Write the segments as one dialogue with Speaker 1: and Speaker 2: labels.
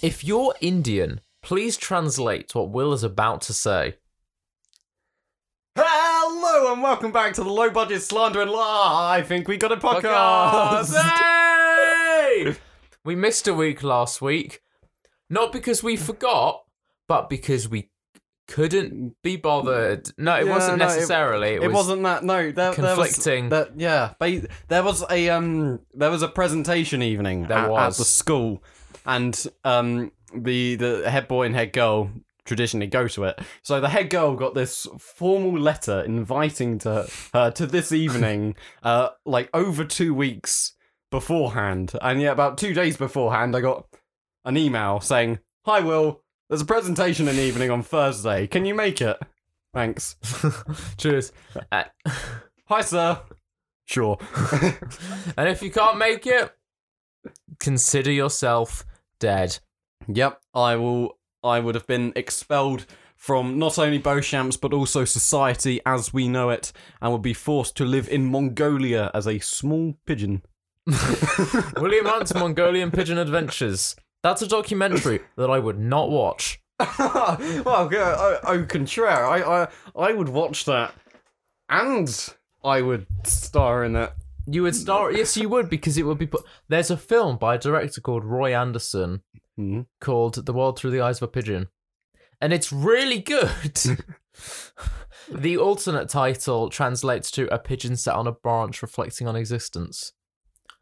Speaker 1: If you're Indian, please translate what Will is about to say.
Speaker 2: Hello and welcome back to the Low Budget Slander and Law. I think we got a podcast.
Speaker 1: Hey! we missed a week last week, not because we forgot, but because we couldn't be bothered. No, it
Speaker 2: Yeah,
Speaker 1: wasn't
Speaker 2: no, it-
Speaker 1: necessarily.
Speaker 2: It wasn't that. No, there,
Speaker 1: conflicting.
Speaker 2: There was, that, yeah, ba- there was a um, there was a presentation evening
Speaker 1: There
Speaker 2: at, at
Speaker 1: was.
Speaker 2: the school, and um, the the head boy and head girl traditionally go to it. So the head girl got this formal letter inviting to her to this evening, uh, like over two weeks beforehand, and yeah, about two days beforehand, I got an email saying, "Hi, Will." There's a presentation in the evening on Thursday. Can you make it? Thanks.
Speaker 1: Cheers. Uh,
Speaker 2: Hi, sir. Sure.
Speaker 1: and if you can't make it, consider yourself dead.
Speaker 2: yep, I will. I would have been expelled from not only Beauchamp's but also society as we know it, and would be forced to live in Mongolia as a small pigeon.
Speaker 1: William Hunt's Mongolian Pigeon Adventures. That's a documentary that I would not watch.
Speaker 2: well, yeah, au au contraire, I, I, I would watch that, and I would star in it.
Speaker 1: You would star, yes, you would, because it would be. Put- There's a film by a director called Roy Anderson
Speaker 2: Hmm.
Speaker 1: called The World Through the Eyes of a Pigeon. And it's really good. the alternate title translates to A Pigeon Sat on a Branch Reflecting on Existence,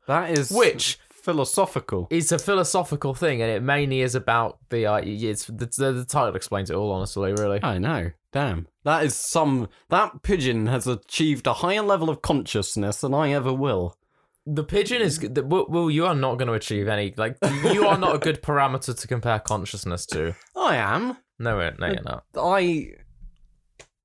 Speaker 2: That is
Speaker 1: which
Speaker 2: philosophical.
Speaker 1: is a philosophical thing, and it mainly is about the. Uh, it's, the, the, the title explains it all, honestly, really.
Speaker 2: I know. Damn. That is some. That pigeon has achieved a higher level of consciousness than I ever will.
Speaker 1: The pigeon is. The, Will, Will, you are not going to achieve any. Like, you are not a good parameter to compare consciousness to.
Speaker 2: I am.
Speaker 1: No, we're- no, you're not.
Speaker 2: I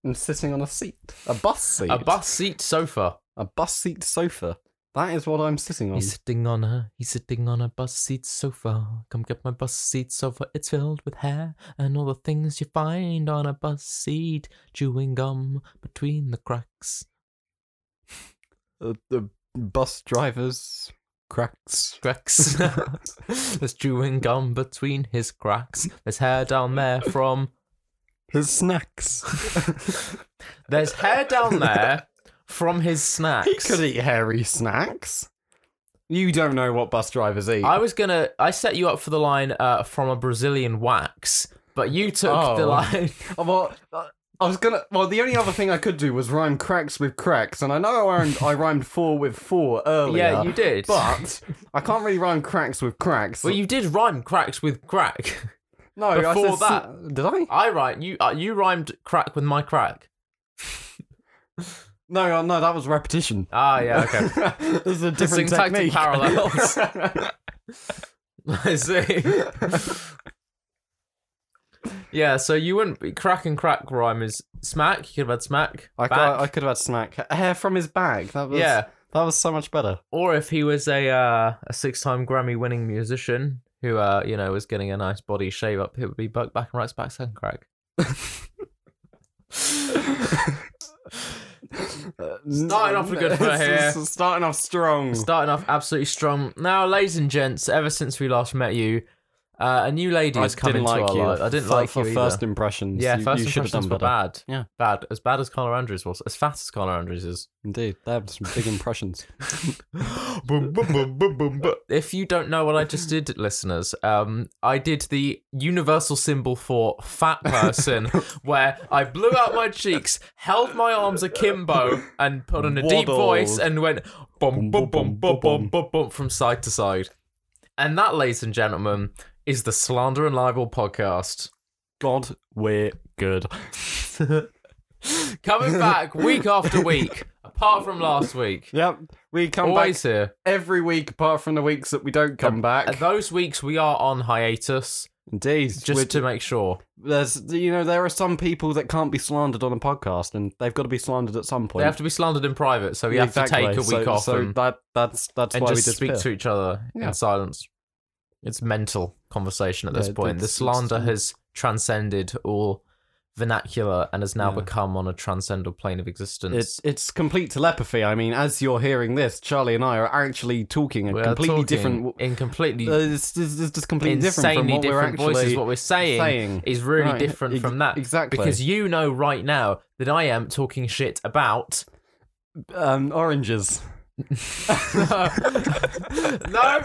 Speaker 2: am sitting on a seat. A bus seat.
Speaker 1: A bus seat sofa. Mm.
Speaker 2: A bus seat sofa. That is what I'm sitting on.
Speaker 1: He's sitting on a he's sitting on a bus seat sofa. Come get my bus seat sofa. It's filled with hair and all the things you find on a bus seat. Chewing gum between the cracks.
Speaker 2: Uh, the bus driver's cracks.
Speaker 1: Cracks. There's chewing gum between his cracks. There's hair down there from
Speaker 2: His snacks.
Speaker 1: There's hair down there from his snacks.
Speaker 2: he could eat hairy snacks. You don't know what bus drivers eat.
Speaker 1: I was gonna. I set you up for the line uh, from a Brazilian wax, but you took the
Speaker 2: Oh.
Speaker 1: line.
Speaker 2: Oh, well, uh, I was gonna. Well, the only other thing I could do was rhyme cracks with cracks, and I know I rhymed, I rhymed four with four earlier.
Speaker 1: yeah, you did.
Speaker 2: But I can't really rhyme cracks with cracks.
Speaker 1: Well, you did rhyme cracks with crack.
Speaker 2: no, I
Speaker 1: before
Speaker 2: said, sn- did I?
Speaker 1: I rhyme. You uh, you rhymed crack with my crack.
Speaker 2: No, uh, no, that was repetition.
Speaker 1: Ah, yeah, okay.
Speaker 2: this is a different
Speaker 1: syntactic
Speaker 2: technique.
Speaker 1: parallels. I see. yeah, so you wouldn't crack and crack rhyme is smack. You could have had smack.
Speaker 2: I,
Speaker 1: back.
Speaker 2: could, I could have had snack hair from his bag. That was
Speaker 1: Yeah.
Speaker 2: That was so much better.
Speaker 1: Or if he was a uh, a six time Grammy winning musician who uh, you know was getting a nice body shave up, it would be buck back and right back second crack.
Speaker 2: Uh,
Speaker 1: Starting off a good foot here.
Speaker 2: Starting off strong.
Speaker 1: Starting off absolutely strong. Now, ladies and gents, ever since we last met you, uh, a new lady
Speaker 2: I
Speaker 1: has come
Speaker 2: didn't
Speaker 1: into
Speaker 2: like
Speaker 1: our
Speaker 2: you.
Speaker 1: life. I didn't
Speaker 2: for,
Speaker 1: like
Speaker 2: for
Speaker 1: you either.
Speaker 2: first impressions.
Speaker 1: Yeah,
Speaker 2: you,
Speaker 1: first
Speaker 2: you should have
Speaker 1: impressions
Speaker 2: done
Speaker 1: were
Speaker 2: better.
Speaker 1: bad.
Speaker 2: Yeah.
Speaker 1: bad. As bad as Carla Andrews was. As fast as Carla Andrews is.
Speaker 2: Indeed, they have some big impressions.
Speaker 1: if you don't know what I just did, listeners, um, I did the universal symbol for fat person, where I blew out my cheeks, held my arms akimbo, and put on a deep
Speaker 2: Waddled.
Speaker 1: voice and went bum bum bum bum bum
Speaker 2: bum,
Speaker 1: bum bum from side to side. And that, ladies and gentlemen, is the Slander and Libel podcast.
Speaker 2: God, we're good.
Speaker 1: Coming back week after week, apart from last week.
Speaker 2: Yep, we come
Speaker 1: Always
Speaker 2: back
Speaker 1: here.
Speaker 2: every week, apart from the weeks that we don't come
Speaker 1: And
Speaker 2: back.
Speaker 1: Uh, those weeks we are on hiatus,
Speaker 2: Indeed,
Speaker 1: just
Speaker 2: we're-
Speaker 1: to make sure.
Speaker 2: there's you know there are some people that can't be slandered on a podcast, and they've got to be slandered at some point.
Speaker 1: They have to be slandered in private, so we have
Speaker 2: Exactly,
Speaker 1: to take a week
Speaker 2: so,
Speaker 1: off
Speaker 2: So
Speaker 1: and,
Speaker 2: that that's that's
Speaker 1: and
Speaker 2: why
Speaker 1: just
Speaker 2: we
Speaker 1: speak to each other
Speaker 2: Yeah.
Speaker 1: in silence. It's mental conversation at this
Speaker 2: Yeah,
Speaker 1: point. The
Speaker 2: it's- it's-
Speaker 1: slander has transcended all vernacular and has now
Speaker 2: Yeah.
Speaker 1: become on a transcendal plane of existence.
Speaker 2: It's it's complete telepathy. I mean, as you're hearing this, Charlie and I are actually talking a
Speaker 1: We are
Speaker 2: completely
Speaker 1: talking
Speaker 2: different. Uh,
Speaker 1: in completely
Speaker 2: it's, it's, it's just completely different from
Speaker 1: insanely
Speaker 2: what
Speaker 1: different
Speaker 2: we're actually
Speaker 1: voices. What we're saying,
Speaker 2: saying.
Speaker 1: is really
Speaker 2: Right,
Speaker 1: different
Speaker 2: ex-
Speaker 1: from that.
Speaker 2: exactly.
Speaker 1: Because you know right now that I am talking shit about.
Speaker 2: um, oranges.
Speaker 1: no!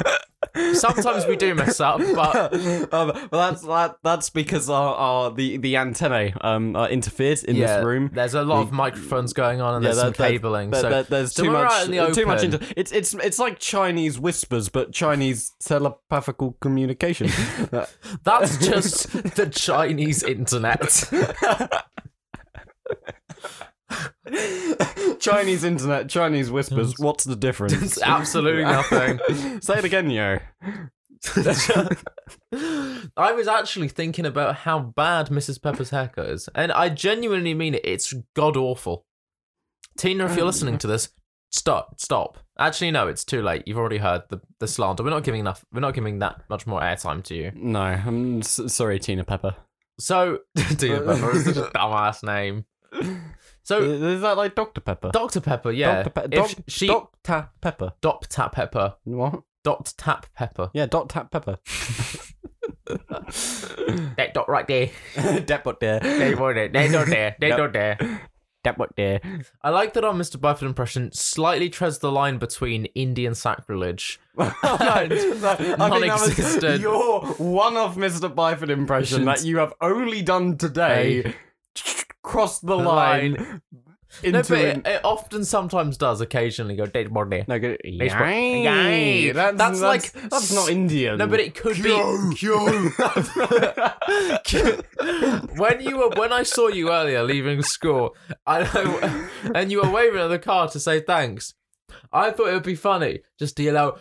Speaker 1: Sometimes we do mess up, but
Speaker 2: um, well, that's that, that's because our, our the the antennae um are interfered in
Speaker 1: yeah,
Speaker 2: this room.
Speaker 1: there's a lot of microphones going on and
Speaker 2: Yeah,
Speaker 1: there's some
Speaker 2: that- that-
Speaker 1: cabling.
Speaker 2: There-
Speaker 1: so
Speaker 2: there- there's
Speaker 1: so
Speaker 2: too
Speaker 1: we're
Speaker 2: much,
Speaker 1: out in the
Speaker 2: too much.
Speaker 1: open.
Speaker 2: Inter- it's it's it's like Chinese whispers, but Chinese telepathical communication.
Speaker 1: That's just the Chinese internet.
Speaker 2: Chinese internet, Chinese whispers. What's the difference?
Speaker 1: It's absolutely nothing.
Speaker 2: Say it again, yo.
Speaker 1: I was actually thinking about how bad Mrs. Pepper's haircut is, and I genuinely mean it. It's god awful. Tina, if you're listening to this, stop, stop. Actually, no, it's too late. You've already heard the, the slander. We're not giving enough. We're not giving that much more airtime to you.
Speaker 2: No, I'm s- sorry, Tina Pepper.
Speaker 1: So, Tina Pepper is such a dumbass name. So,
Speaker 2: Is that like Dr. Pepper?
Speaker 1: Dr. Pepper, Oh. yeah.
Speaker 2: Dr. Pe-
Speaker 1: If
Speaker 2: Doc-
Speaker 1: she
Speaker 2: Dr. Pepper.
Speaker 1: Dop Tap Pepper,
Speaker 2: What?
Speaker 1: Dot Tap Pepper.
Speaker 2: Yeah, Dot Tap Pepper.
Speaker 1: That dot right there.
Speaker 2: Depot there.
Speaker 1: They don't there. They don't there. They
Speaker 2: Yep.
Speaker 1: don't there.
Speaker 2: Depot there.
Speaker 1: I like that our Mr. Byford impression slightly treads the line between Indian sacrilege.
Speaker 2: I mean, that was
Speaker 1: Non-existent.
Speaker 2: your one of Mr. Byford impression that you have only done today crossed the line into
Speaker 1: No, but
Speaker 2: an-
Speaker 1: it, it often sometimes does occasionally go dead body.
Speaker 2: No, good. Yay.
Speaker 1: Baseball. Yay.
Speaker 2: That's,
Speaker 1: That's
Speaker 2: like
Speaker 1: like-
Speaker 2: that's not Indian.
Speaker 1: No, but it could be when you were when I saw you earlier leaving school, and, I, and you were waving at the car to say thanks. I thought it would be funny just to yell out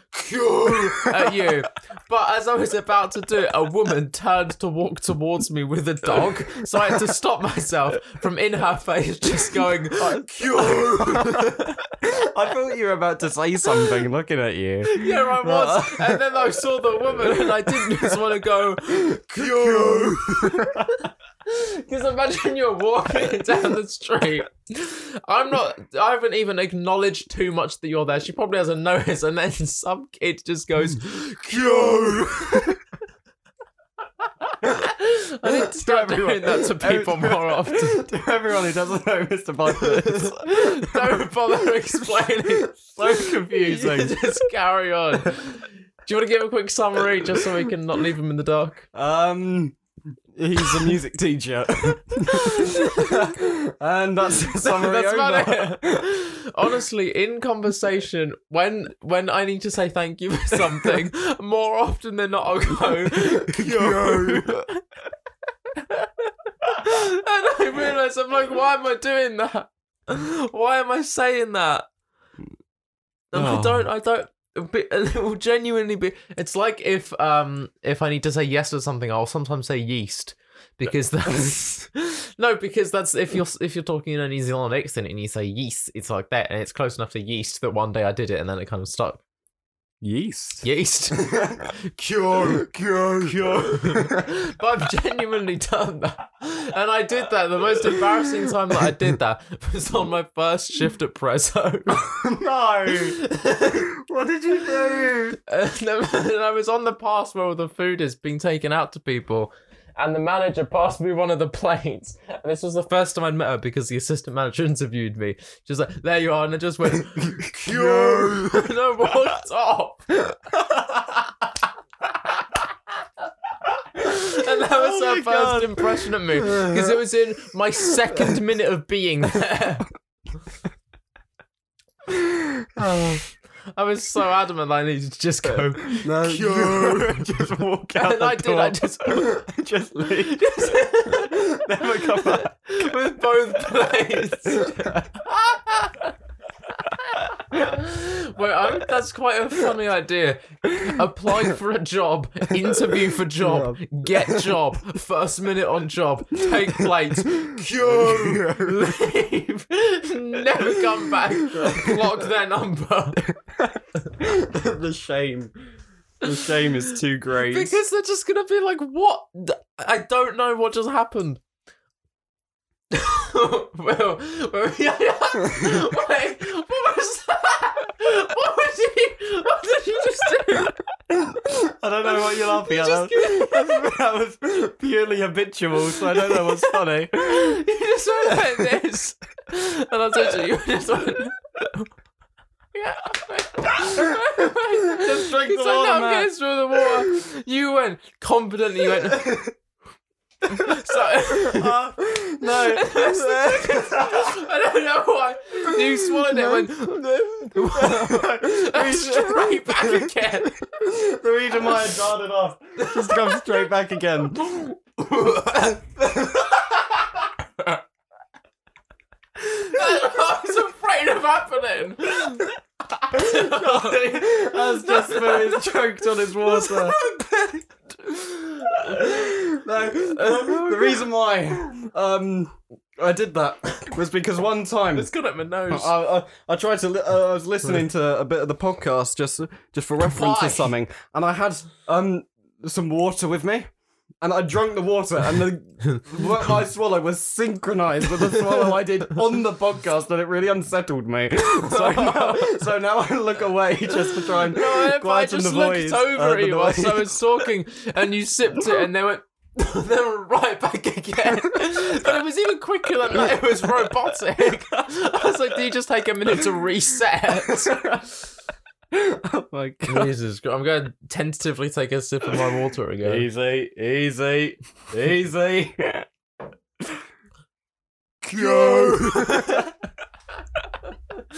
Speaker 1: at you, but as I was about to do it, a woman turned to walk towards me with a dog, so I had to stop myself from in her face just going.
Speaker 2: I thought you were about to say something looking at you.
Speaker 1: Yeah, I was. And then I saw the woman, and I didn't just want to go, Because imagine you're walking down the street. I'm not. I haven't even acknowledged too much that you're there. She probably hasn't noticed, and then some kid just goes, "Yo." I need to start doing that to people more often.
Speaker 2: To everyone who doesn't know Mr. Byford is
Speaker 1: Don't bother explaining.
Speaker 2: so
Speaker 1: You
Speaker 2: confusing.
Speaker 1: just carry on. Do you want to give a quick summary just so we can not leave him in the dark?
Speaker 2: Um, he's a music teacher, and that's the summary.
Speaker 1: That's about
Speaker 2: over.
Speaker 1: it. Honestly, in conversation, when when I need to say thank you for something, more often than not, I'll go yo. and I realise I'm like, why am I doing that? Why am I saying that? And I
Speaker 2: Oh.
Speaker 1: don't. I don't. But it will genuinely be. It's like if um if I need to say yes to something, I'll sometimes say yeast because that's no because that's if you're if you're talking in a New Zealand accent and you say yeast, it's like that, and it's close enough to yeast that one day I did it and then it kind of stuck.
Speaker 2: Yeast.
Speaker 1: Yeast.
Speaker 2: Cure, cure, cure.
Speaker 1: but I've genuinely done that. And I did that. The most embarrassing time that I did that was on my first shift at Prezzo.
Speaker 2: no. what did you do?
Speaker 1: and, then- and I was on the pass where all the food is being taken out to people. And the manager passed me one of the plates. And this was the first time I'd met her because the assistant manager interviewed me. She was like, there you are. And I just went,
Speaker 2: Cure.
Speaker 1: and I walked off. and that was
Speaker 2: Oh
Speaker 1: her
Speaker 2: my
Speaker 1: first
Speaker 2: God.
Speaker 1: impression of me because it was in my second minute of being there. I was so adamant I needed to just go.
Speaker 2: No, cure. just walk out.
Speaker 1: And
Speaker 2: the
Speaker 1: I did, I
Speaker 2: door.
Speaker 1: just-
Speaker 2: just leave. Never come back.
Speaker 1: with both plates. Wait, I, that's quite a funny idea. Apply for a job, interview for job, get job, first minute on job, take plate,
Speaker 2: Cure.
Speaker 1: leave, never come back, block their number.
Speaker 2: the shame. The shame is too great.
Speaker 1: Because they're just gonna be like, what? I don't know what just happened. Will, Will, wait, what was that? What was you? What did you just do?
Speaker 2: I don't know what you're laughing at.
Speaker 1: Just
Speaker 2: That was, that was purely habitual, so I don't know what's funny.
Speaker 1: You just went like this, and I told you, you just went. Yeah.
Speaker 2: Just drink
Speaker 1: It's like,
Speaker 2: the water,
Speaker 1: no, I'm
Speaker 2: man.
Speaker 1: getting through the water. You went confidently. You went. so,
Speaker 2: Uh, no.
Speaker 1: I don't know why you swallowed it. Went
Speaker 2: we should-
Speaker 1: straight back again.
Speaker 2: the reason why I darted off just comes straight back again.
Speaker 1: I was afraid of happening.
Speaker 2: That's just where he's choked on his water. no, the reason why um, I did that was because one time
Speaker 1: It's got at my nose.
Speaker 2: I, I, I tried to. Li- uh, I was listening to a bit of the podcast just just for reference
Speaker 1: Why?
Speaker 2: or something, and I had um some water with me, and I drank the water, and the what I swallowed was synchronized with the swallow I did on the podcast, and it really unsettled me. So now, so now I look away just to try and
Speaker 1: No, if I
Speaker 2: quieten
Speaker 1: just
Speaker 2: the
Speaker 1: looked
Speaker 2: voice.
Speaker 1: over
Speaker 2: uh,
Speaker 1: at
Speaker 2: the
Speaker 1: you whilst I
Speaker 2: noise.
Speaker 1: was talking, and you sipped it, and they went, they were right back again. but it was even quicker than that. It was robotic. I was like, do you just take a minute to reset?
Speaker 2: oh my god.
Speaker 1: Jesus, I'm going to tentatively take a sip of my water again.
Speaker 2: Easy, easy, easy.
Speaker 1: But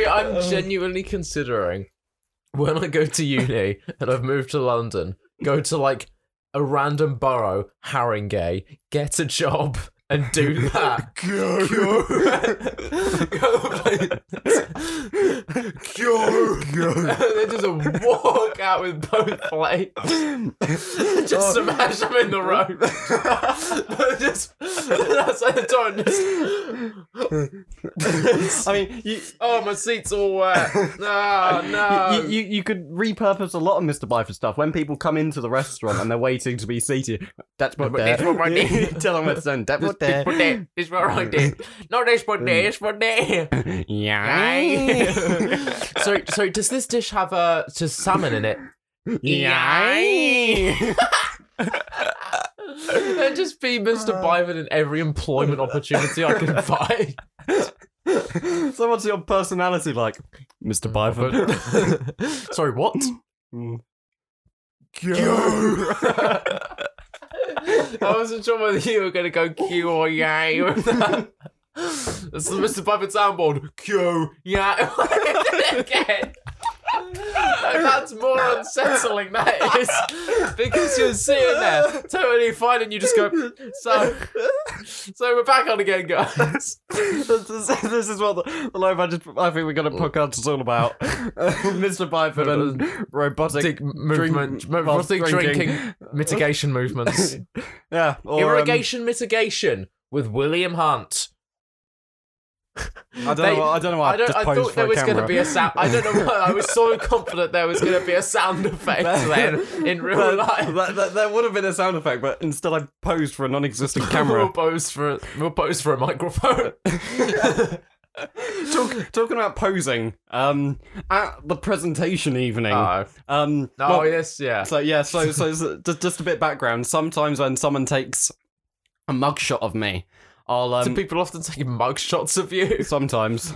Speaker 1: yeah, I'm genuinely considering when I go to uni and I've moved to London, go to like a random borough, Haringey, get a job and do that. Go. they just walk out with both plates. Just
Speaker 2: Oh.
Speaker 1: smash them in the road. But just that's like the door and just
Speaker 2: I mean, you,
Speaker 1: Oh my seat's all wet.
Speaker 2: Oh,
Speaker 1: No, no.
Speaker 2: you, you you could repurpose a lot of Mr. Byford stuff. When people come into the restaurant and they're waiting to be seated, that's what
Speaker 1: But
Speaker 2: they're.
Speaker 1: that's what I need.
Speaker 2: Tell them what's done. That's what they're.
Speaker 1: for that. It's for right there. No, that's for there. It's for there.
Speaker 2: Yay.
Speaker 1: so, so does this dish have uh, just salmon in it?
Speaker 2: Yay.
Speaker 1: That'd just be
Speaker 2: Uh.
Speaker 1: Mr. Byron in every employment opportunity I can find.
Speaker 2: So what's your personality like, Mr. Byford?
Speaker 1: Sorry, what? I wasn't sure whether you were going to go Q or yay with that. This is Mr. Puppet soundboard. Q, yeah. Again. That's more unsettling, that is. Because you're sitting there totally fine and you just go, so, so we're back on again, guys.
Speaker 2: this, is, this is what the, the live I just I think we're gonna podcast is all about. Mr. Byford and robotic
Speaker 1: Big movement,
Speaker 2: drink- whilst
Speaker 1: robotic
Speaker 2: drinking.
Speaker 1: drinking, mitigation movements.
Speaker 2: Yeah. Or, um,
Speaker 1: Irrigation mitigation with William Hunt.
Speaker 2: I don't
Speaker 1: They-
Speaker 2: know. I don't know. Why
Speaker 1: I don't.
Speaker 2: Just
Speaker 1: I
Speaker 2: posed
Speaker 1: thought
Speaker 2: for
Speaker 1: there
Speaker 2: a
Speaker 1: was going to
Speaker 2: camera.
Speaker 1: be a sound. I don't know why. I was so confident there was going to be a sound effect then in real
Speaker 2: Well,
Speaker 1: life.
Speaker 2: that, that, that would have been a sound effect, but instead I posed for a non-existent
Speaker 1: We'll
Speaker 2: camera.
Speaker 1: pose for a, we'll pose for a microphone.
Speaker 2: Talk, talking about posing, um, at the presentation evening,
Speaker 1: Oh,
Speaker 2: um,
Speaker 1: oh
Speaker 2: well,
Speaker 1: yes, yeah.
Speaker 2: So yeah, so so so just, just a bit of background. Sometimes when someone takes a mugshot of me, I'll
Speaker 1: Do
Speaker 2: um,
Speaker 1: people often take mugshots of you?
Speaker 2: sometimes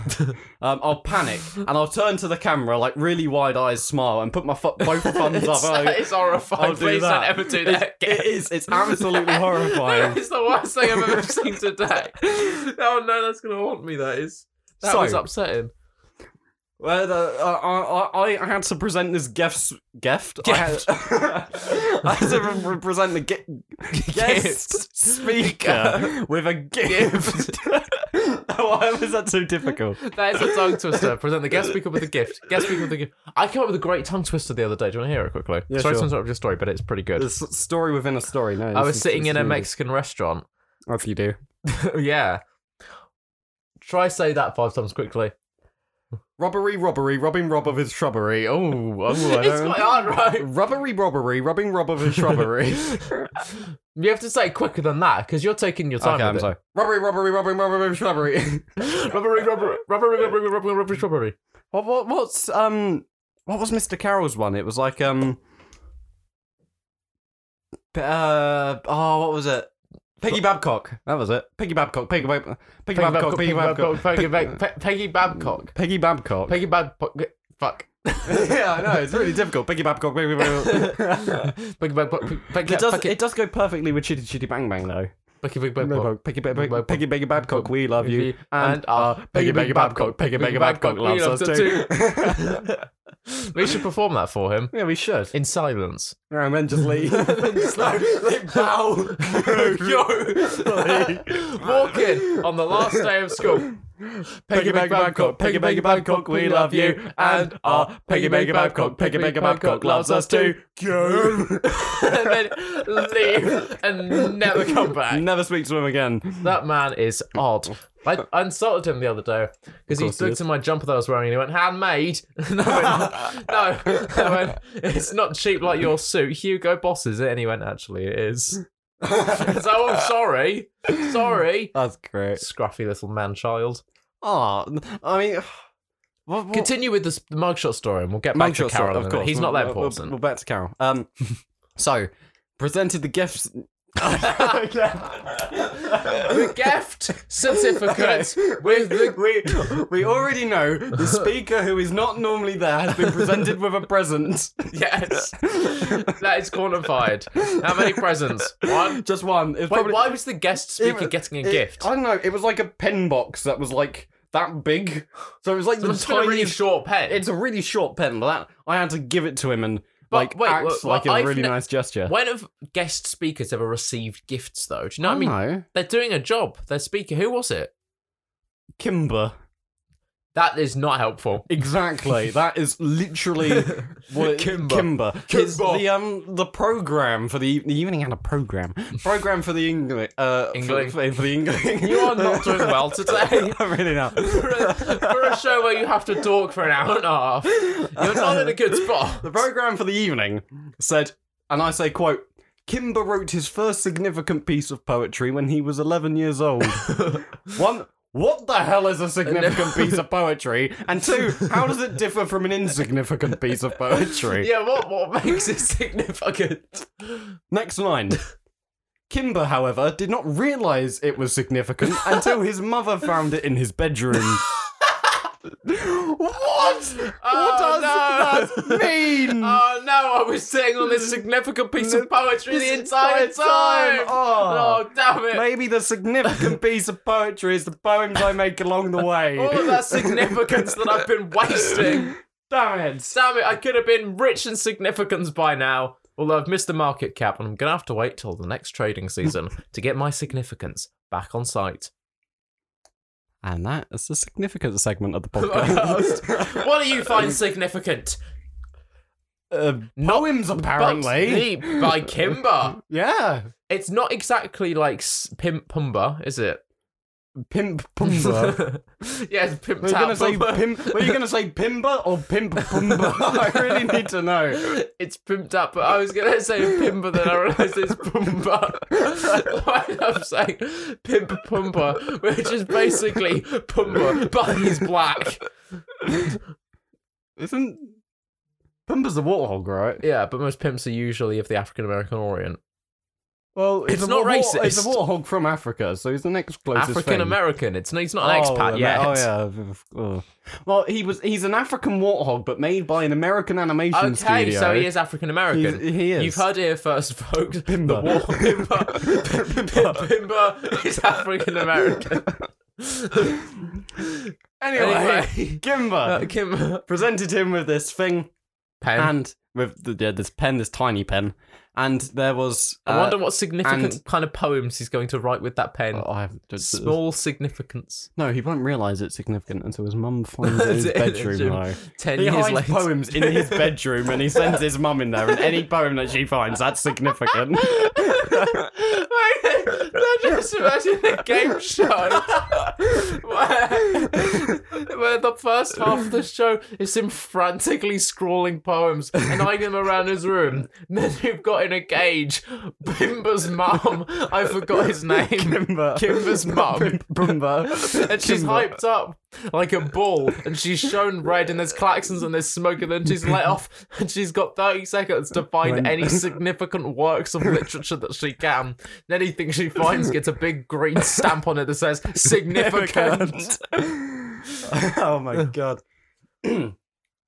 Speaker 2: um, I'll panic and I'll turn to the camera like really wide eyes, smile, and put my fu- both thumbs up.
Speaker 1: It's,
Speaker 2: I-
Speaker 1: it's horrifying.
Speaker 2: I'll do
Speaker 1: Please
Speaker 2: that.
Speaker 1: don't ever do that again.
Speaker 2: it is. It's absolutely horrifying.
Speaker 1: It's the worst thing I've ever seen today. Oh no, that's gonna haunt me. That is. That
Speaker 2: So-
Speaker 1: was upsetting.
Speaker 2: Well, the, uh, I, I, I had to present this gift. Gift? I had, I had to re- present the gi- guest
Speaker 1: Gift.
Speaker 2: speaker with a gift. Why was that so difficult?
Speaker 1: That is a tongue twister. Present the guest speaker with a gift. Guest speaker with a gift. I came up with a great tongue twister the other day. Do you want to hear it quickly?
Speaker 2: Yeah,
Speaker 1: Sorry
Speaker 2: sure.
Speaker 1: to interrupt your story, but it's pretty good.
Speaker 2: The s- story within a story. No,
Speaker 1: I
Speaker 2: this
Speaker 1: was
Speaker 2: is-
Speaker 1: sitting
Speaker 2: this
Speaker 1: in a
Speaker 2: is-
Speaker 1: Mexican restaurant.
Speaker 2: Oh, if you do.
Speaker 1: yeah. Try say that five times quickly.
Speaker 2: Robbery, robbery, robbing rob of his shrubbery. Oh, oh I
Speaker 1: It's
Speaker 2: don't-
Speaker 1: quite hard, right?
Speaker 2: Rubbery, robbery, robbing rob of his shrubbery.
Speaker 1: You have to say it quicker than that because you're taking your time.
Speaker 2: okay, I'm
Speaker 1: with
Speaker 2: sorry. Robbery, robbery, robbing rob of his shrubbery.
Speaker 1: it. Rubbery, rubbery, rubbery, rubbery, rubbery, rubbery, rubbery.
Speaker 2: what, what, what's um, what was Mr. Carroll's one? It was like um, p- uh, oh, what was it? Peggy Babcock. That was it. Piggy Babcock. Peggy Babcock. Peggy Babcock. Peggy Babcock.
Speaker 1: Peggy Babcock, Pe- Peggy Babcock,
Speaker 2: Peggy Babcock.
Speaker 1: Peggy Babcock, fuck,
Speaker 2: yeah, I know. It's really difficult. Peggy Babcock. Peggy Babcock.
Speaker 1: Peggy Babcock, Pe- Peggy
Speaker 2: It does.
Speaker 1: Babcock,
Speaker 2: It does go perfectly with Chitty Chitty Bang Bang though.
Speaker 1: Peggy Babcock.
Speaker 2: Peggy Babcock, Peggy Peggy Babcock, we love you,
Speaker 1: We- and, uh,
Speaker 2: Peggy Peggy Babcock, Peggy Peggy Babcock loves us too.
Speaker 1: We should perform that for him
Speaker 2: Yeah, we should.
Speaker 1: in silence.
Speaker 2: And then just leave.
Speaker 1: Just like-
Speaker 2: Like, bow.
Speaker 1: Walk in on the last day of school.
Speaker 2: Peggy Peggy Babcock, Peggy Peggy Babcock, we love you, and uh, Peggy Peggy Babcock, Peggy Peggy Babcock loves us too. Go.
Speaker 1: and then leave and never come back.
Speaker 2: Never speak to him again.
Speaker 1: That man is odd. I, I insulted him the other day because he
Speaker 2: course he
Speaker 1: looked at my jumper that I was wearing and he went, handmade. And I went, no, I went, it's not cheap like your suit. Hugo Boss is it? And he went, actually, it is. so I'm "Oh, sorry. Sorry.
Speaker 2: That's great.
Speaker 1: Scruffy little man child.
Speaker 2: Ah, I mean, what, what,
Speaker 1: Continue with this the mugshot story and we'll get back to
Speaker 2: Mugshot
Speaker 1: Carol.
Speaker 2: story,
Speaker 1: in a minute. He's not that
Speaker 2: We'll- we'll-
Speaker 1: important.
Speaker 2: We'll, back to Carol. Um, so presented the gifts.
Speaker 1: the gift certificate with the
Speaker 2: we we already know the speaker who is not normally there has been presented with a present.
Speaker 1: yes. That is quantified. How many presents? One.
Speaker 2: Just one. It was
Speaker 1: Wait,
Speaker 2: probably,
Speaker 1: why was the guest speaker
Speaker 2: It-
Speaker 1: getting a
Speaker 2: it-
Speaker 1: gift?
Speaker 2: I don't know. It was like a pen box that was like that big. So it was like the
Speaker 1: It's a really
Speaker 2: tiniest.
Speaker 1: short pen.
Speaker 2: It's a really short pen, but that I had to give it to him and
Speaker 1: But
Speaker 2: like
Speaker 1: wait,
Speaker 2: act
Speaker 1: well- well,
Speaker 2: like a
Speaker 1: I've
Speaker 2: really
Speaker 1: ne-
Speaker 2: nice gesture.
Speaker 1: when have guest speakers ever received gifts though? Do you know what I mean?
Speaker 2: know.
Speaker 1: They're doing a job. Their speaker. Who was it?
Speaker 2: Kimber.
Speaker 1: That is not helpful.
Speaker 2: Exactly. That is literally what it,
Speaker 1: Kimber.
Speaker 2: Kimber. It's
Speaker 1: Kimber.
Speaker 2: the um the program for the e- the evening had a program program for the English uh for-
Speaker 1: Engling.
Speaker 2: for, for the Engling.
Speaker 1: You are not doing well today.
Speaker 2: I'm really not.
Speaker 1: for, a, for a show where you have to talk for an hour and a half, you're not in a good spot.
Speaker 2: The program for the evening said, and I say quote. Kimber wrote his first significant piece of poetry when he was 11 years old. One, what the hell is a significant piece of poetry? And two, how does it differ from an insignificant piece of poetry?
Speaker 1: Yeah, what what makes it significant?
Speaker 2: Next line. Kimber, however, did not realise it was significant until his mother found it in his bedroom. what?
Speaker 1: Oh,
Speaker 2: what does that mean?
Speaker 1: Oh no, I was sitting on this significant piece of poetry the entire
Speaker 2: It's time.
Speaker 1: time.
Speaker 2: Oh.
Speaker 1: Oh, damn it.
Speaker 2: Maybe the significant piece of poetry is the poems I make along the way.
Speaker 1: All of that significance that I've been wasting.
Speaker 2: Damn it.
Speaker 1: Damn it, I could have been rich in significance by now. Although I've missed the market cap and I'm going to have to wait till the next trading season to get my significance back on site.
Speaker 2: And that is the significant segment of the podcast.
Speaker 1: what do you find significant?
Speaker 2: uh, poems, apparently.
Speaker 1: Bucks Leap by Kimber.
Speaker 2: Yeah.
Speaker 1: It's not exactly like s- Pimp Pumba, is it?
Speaker 2: Pimp Pumba.
Speaker 1: yeah, it's Pimp
Speaker 2: Were you
Speaker 1: Tap
Speaker 2: gonna say
Speaker 1: Pumba.
Speaker 2: pim- Were you gonna say Pimba or Pimp Pumba? I really need to know.
Speaker 1: It's pimped up, but I was gonna say Pimba, then I realised it's Pumba. Why did I say Pimp Pumba, which is basically Pumba, but he's black.
Speaker 2: Isn't Pumba's a warthog, right?
Speaker 1: Yeah, but most pimps are usually of the African American Orient.
Speaker 2: Well,
Speaker 1: It's
Speaker 2: a
Speaker 1: not
Speaker 2: wa- wa- It's a
Speaker 1: racist.
Speaker 2: warthog from Africa, so he's the next closest
Speaker 1: African
Speaker 2: thing.
Speaker 1: American. It's no, he's not an
Speaker 2: Oh,
Speaker 1: expat
Speaker 2: Amer-
Speaker 1: yet.
Speaker 2: Oh yeah. Ugh. Well, he was—he's an African warthog, but made by an American animation
Speaker 1: Okay,
Speaker 2: studio.
Speaker 1: so he is African American.
Speaker 2: He's- he is.
Speaker 1: You've heard it here first, folks. The
Speaker 2: Pimba.
Speaker 1: war Pimba. Pimba. Pimba is African American.
Speaker 2: Anyway,
Speaker 1: Anyway.
Speaker 2: Gimba
Speaker 1: Uh, Kim.
Speaker 2: presented him with this thing
Speaker 1: Pen.
Speaker 2: and with the, yeah, this pen, this tiny pen, and there was.
Speaker 1: I
Speaker 2: uh,
Speaker 1: wonder what significant
Speaker 2: and-
Speaker 1: kind of poems he's going to write with that pen.
Speaker 2: Oh, I haven't-
Speaker 1: Small significance.
Speaker 2: No, he won't realise it's significant until his mum finds it in his
Speaker 1: It's in his
Speaker 2: bedroom,
Speaker 1: bedroom.
Speaker 2: though.
Speaker 1: Ten
Speaker 2: He
Speaker 1: years
Speaker 2: hides
Speaker 1: later.
Speaker 2: poems in his bedroom and he sends his mum in there, and any poem that she finds, that's significant.
Speaker 1: Wait, now just imagine a game show where, where where the first half of the show is him frantically scrawling poems and eyeing them around his room. And then you've got in a cage Bimba's mum. I forgot his name.
Speaker 2: Kimber.
Speaker 1: Kimber's mum.
Speaker 2: Bimba.
Speaker 1: And she's hyped up like a bull, and she's shown red, and there's claxons, and there's smoke, and then she's let off, and she's got 30 seconds to find
Speaker 2: When-
Speaker 1: any significant works of literature that she can. And anything she finds gets a big green stamp on it that says significant.
Speaker 2: oh my god.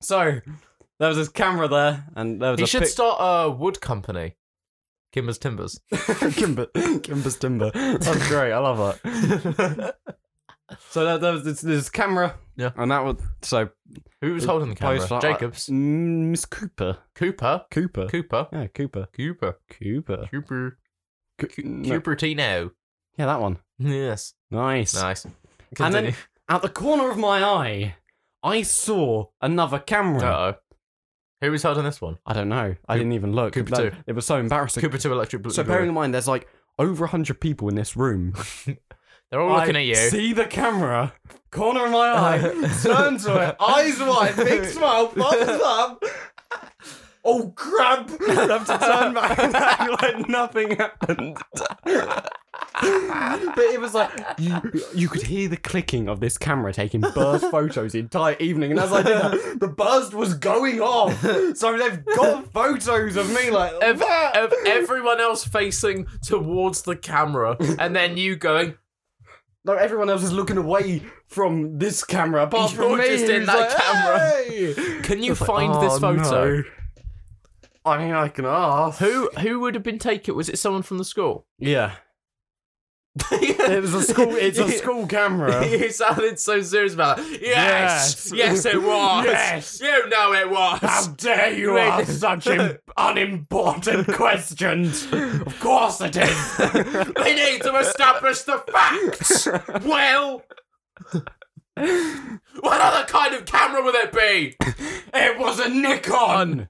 Speaker 2: so there was this camera there, and there was
Speaker 1: He
Speaker 2: a
Speaker 1: should
Speaker 2: pic-
Speaker 1: start a wood company. Kimber's Timbers.
Speaker 2: Kimber, Kimber's timber. That's great. I love that. so there, there was this, this camera.
Speaker 1: Yeah.
Speaker 2: And that was so
Speaker 1: Who was holding the camera?
Speaker 2: post like-
Speaker 1: Jacobs.
Speaker 2: Mm, Miss Cooper.
Speaker 1: Cooper.
Speaker 2: Cooper.
Speaker 1: Cooper.
Speaker 2: yeah, Cooper.
Speaker 1: Cooper.
Speaker 2: Cooper.
Speaker 1: Cooper.
Speaker 2: Cu- no.
Speaker 1: Cupertino.
Speaker 2: Yeah, that one.
Speaker 1: Yes.
Speaker 2: Nice.
Speaker 1: Nice.
Speaker 2: And then
Speaker 1: Continue.
Speaker 2: out the corner of my eye, I saw another camera.
Speaker 1: Uh oh. Who was holding this one?
Speaker 2: I don't know. I didn't even look.
Speaker 1: Cooper
Speaker 2: That-
Speaker 1: two.
Speaker 2: It was so embarrassing.
Speaker 1: Cooper to Electric Blue.
Speaker 2: So bearing in mind, there's like over hundred people in this room.
Speaker 1: They're all looking
Speaker 2: I
Speaker 1: at you.
Speaker 2: See the camera, corner of my eye, turn to it, eyes wide, big smile, thumbs up. Oh crap! I have to turn back and act like nothing happened. but it was like you, you could hear the clicking of this camera taking burst photos the entire evening, and as I did that, the burst was going off. So they've got photos of me like
Speaker 1: Of, of everyone else facing towards the camera, and then you going,
Speaker 2: No, everyone else is looking away from this camera, apart
Speaker 1: You're
Speaker 2: from me.
Speaker 1: just in
Speaker 2: who's
Speaker 1: that
Speaker 2: like,
Speaker 1: camera.
Speaker 2: "Hey!"
Speaker 1: "Can you
Speaker 2: It's like,
Speaker 1: find this
Speaker 2: "Oh,
Speaker 1: photo?"
Speaker 2: no. I mean, I can ask.
Speaker 1: Who who would have been taken? Was it someone from the school?
Speaker 2: Yeah, it was a school. It's a school camera.
Speaker 1: You sounded so serious about it. Yes, yes,
Speaker 2: Yes.
Speaker 1: it was.
Speaker 2: Yes.
Speaker 1: you know it was.
Speaker 2: How dare you
Speaker 1: Wait.
Speaker 2: ask such im- unimportant questions? Of course it is.
Speaker 1: we need to establish the facts. well, what other kind of camera would it be?
Speaker 2: it was a Nikon.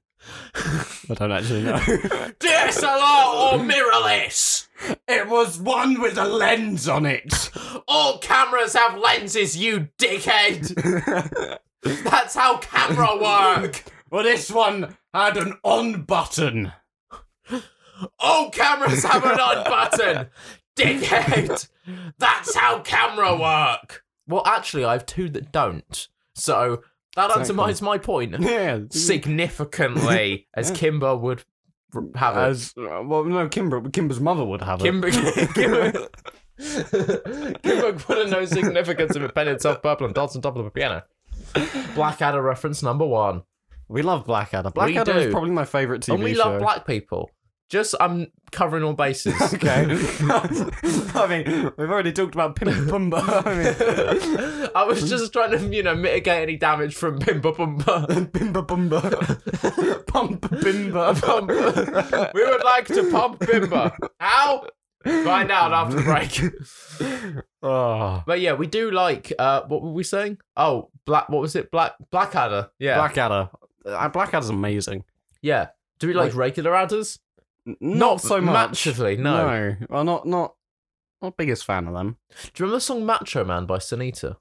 Speaker 2: I don't actually know.
Speaker 1: DSLR or mirrorless?
Speaker 2: it was one with a lens on it.
Speaker 1: All cameras have lenses, you dickhead. That's how camera work.
Speaker 2: Well, this one had an on button.
Speaker 1: All cameras have an on button. Dickhead. That's how camera work. Well, actually, I have two that don't. So that undermines my point
Speaker 2: Yeah.
Speaker 1: significantly, as Kimber would r- have it.
Speaker 2: As uh, well, no, Kimber, Kimber's mother would have it.
Speaker 1: Kimber, Kimber, Kimber wouldn't know significance if it painted itself purple and danced on top of a piano. Blackadder reference number one.
Speaker 2: We love Blackadder. Blackadder
Speaker 1: do.
Speaker 2: is probably my favourite TV
Speaker 1: and we
Speaker 2: show.
Speaker 1: love black people. Just I'm covering all bases.
Speaker 2: Okay. I mean, we've already talked about Pimp Pumba. I mean,
Speaker 1: I was just trying to, you know, mitigate any damage from Bimba Bumba.
Speaker 2: Pimba Pumba. Pump Bimba.
Speaker 1: Pump. We would like to pump Bimba. How? Find out after the break.
Speaker 2: Oh.
Speaker 1: But yeah, we do like. Uh, what were we saying? Oh, black. What was it? Black Blackadder. Yeah,
Speaker 2: Blackadder. Uh, Blackadder's amazing.
Speaker 1: yeah. Do we like
Speaker 2: Like-
Speaker 1: regular adders?
Speaker 2: N- Not so much.
Speaker 1: Massively, no.
Speaker 2: No. Well, not, not, not biggest fan of them.
Speaker 1: Do you remember the song Macho Man by Sonita?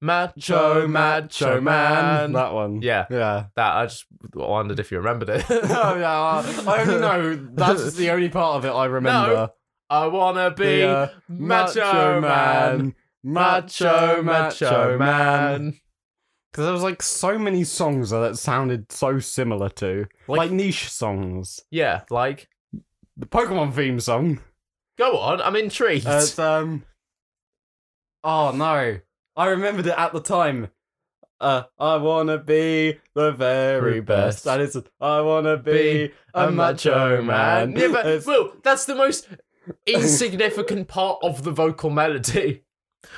Speaker 1: Macho, macho man.
Speaker 2: That one.
Speaker 1: Yeah,
Speaker 2: Yeah.
Speaker 1: that I just wondered if you remembered it.
Speaker 2: Oh yeah, I only know that's the only part of it I remember.
Speaker 1: I wanna be
Speaker 2: The, uh,
Speaker 1: macho, man. Macho, macho man.
Speaker 2: Because there was like so many songs that sounded so similar to,
Speaker 1: Like-
Speaker 2: like, niche songs.
Speaker 1: Yeah, like,
Speaker 2: The Pokemon theme song.
Speaker 1: go on, I'm intrigued.
Speaker 2: Uh, it's, um. Oh no, I remembered it at the time. Uh, I wanna be the very
Speaker 1: The best.
Speaker 2: best. That is, I wanna be, a macho man.
Speaker 1: Yeah, but,
Speaker 2: It's-
Speaker 1: Will, that's the most insignificant part of the vocal melody.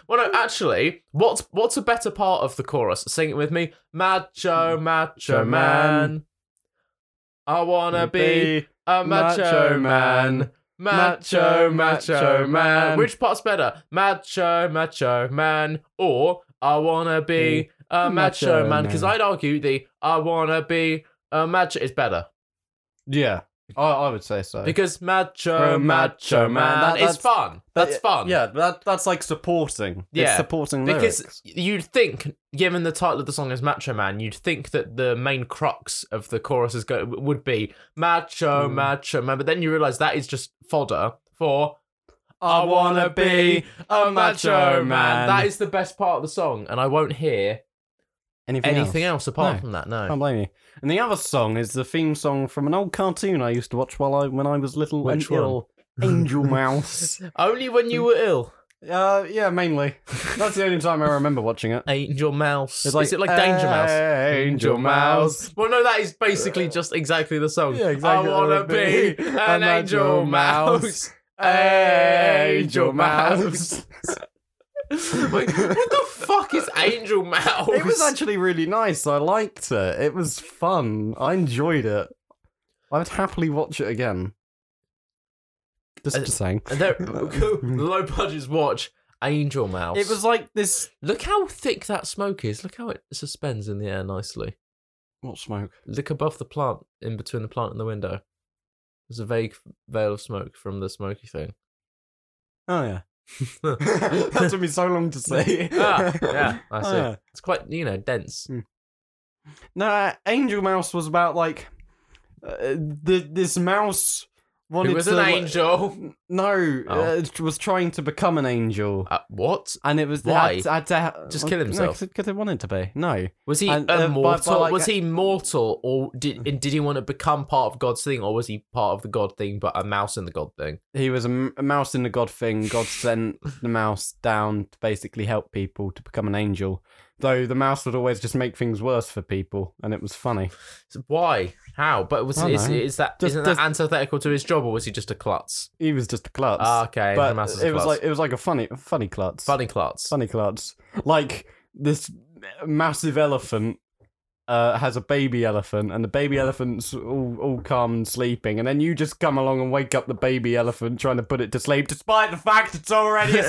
Speaker 1: Well, no, actually, what's what's a better part of the chorus? Sing it with me. Macho, macho
Speaker 2: Macho
Speaker 1: man. I wanna be a macho man. Macho, macho man. Which part's better? Macho, macho man, or I wanna be a macho
Speaker 2: macho
Speaker 1: man? Because
Speaker 2: man.
Speaker 1: I'd argue the I wanna be a macho is better.
Speaker 2: Yeah. I, I would say so.
Speaker 1: Because macho,
Speaker 2: Uh,
Speaker 1: macho
Speaker 2: macho
Speaker 1: man,
Speaker 2: man, that-
Speaker 1: it's
Speaker 2: that's-
Speaker 1: fun. That's fun.
Speaker 2: Yeah, that that's like supporting.
Speaker 1: Yeah,
Speaker 2: it's supporting
Speaker 1: Because
Speaker 2: lyrics.
Speaker 1: you'd think, given the title of the song is Macho Man, you'd think that the main crux of the chorus is go- would be Macho,
Speaker 2: Mm.
Speaker 1: Macho Man, but then you realise that is just fodder for
Speaker 2: I wanna be a macho man.
Speaker 1: That is the best part of the song, and I won't hear
Speaker 2: anything,
Speaker 1: anything else,
Speaker 2: else?
Speaker 1: apart
Speaker 2: No. Um,
Speaker 1: from that.
Speaker 2: I
Speaker 1: No,
Speaker 2: don't blame you. And the other song is the theme song from an old cartoon I used to watch while I when I was little
Speaker 1: Which
Speaker 2: and
Speaker 1: one?
Speaker 2: ill. Angel Mouse.
Speaker 1: only when
Speaker 2: hmm.
Speaker 1: you were ill.
Speaker 2: uh, yeah, mainly. That's the only time I remember watching it.
Speaker 1: Angel Mouse.
Speaker 2: It's like, uh,
Speaker 1: is it like Danger Mouse?
Speaker 2: Angel Mouse. Uh,
Speaker 1: Well, no, that is basically just exactly the song.
Speaker 2: Yeah, exactly.
Speaker 1: I wanna be an angel mouse. Angel mouse. Wait, what the fuck is Angel Mouse?
Speaker 2: It was actually really nice. I liked it. It was fun. I enjoyed it. I would happily watch it again. Just,
Speaker 1: Uh,
Speaker 2: just saying.
Speaker 1: There- low budgets watch Angel Mouse.
Speaker 2: It was like this.
Speaker 1: Look how thick that smoke is. Look how it suspends in the air nicely.
Speaker 2: What smoke?
Speaker 1: Look above the plant, in between the plant and the window. There's a vague veil of smoke from the smoky thing.
Speaker 2: Oh yeah. that took me so long to say.
Speaker 1: ah, yeah, I see.
Speaker 2: Oh, yeah.
Speaker 1: It's quite, you know, dense.
Speaker 2: No, uh, Angel Mouse was about like uh, the this mouse wanted
Speaker 1: It was
Speaker 2: to,
Speaker 1: an angel.
Speaker 2: No,
Speaker 1: Oh.
Speaker 2: uh, it was trying to become an angel.
Speaker 1: Uh, what?
Speaker 2: And it was
Speaker 1: Why?
Speaker 2: Had, had to ha- uh,
Speaker 1: Just kill himself?
Speaker 2: because it wanted to be. No,
Speaker 1: Was he
Speaker 2: And, uh, by- by
Speaker 1: immortal?
Speaker 2: like- Mm-hmm.
Speaker 1: was he mortal, or did and did he want to become part of God's thing, or was he part of the God thing but a mouse in the God thing?
Speaker 2: he was a, m- a mouse in the god thing. God sent the mouse down to basically help people to become an angel. Though the mouse would always just make things worse for people, and it was funny.
Speaker 1: So Why? How? But was
Speaker 2: I
Speaker 1: is,
Speaker 2: dunno.
Speaker 1: is that
Speaker 2: Does-
Speaker 1: not
Speaker 2: does-
Speaker 1: that antithetical to his job, or was he just a klutz?
Speaker 2: He was just a klutz.
Speaker 1: Ah, okay, the
Speaker 2: but
Speaker 1: mouse is a
Speaker 2: it was
Speaker 1: klutz.
Speaker 2: like it was like a funny, funny klutz.
Speaker 1: funny klutz.
Speaker 2: funny clutch. Like this massive elephant uh, has a baby elephant, and the baby elephant's all, all calm and sleeping, and then you just come along and wake up the baby elephant trying to put it to sleep, despite the fact it's already
Speaker 1: It's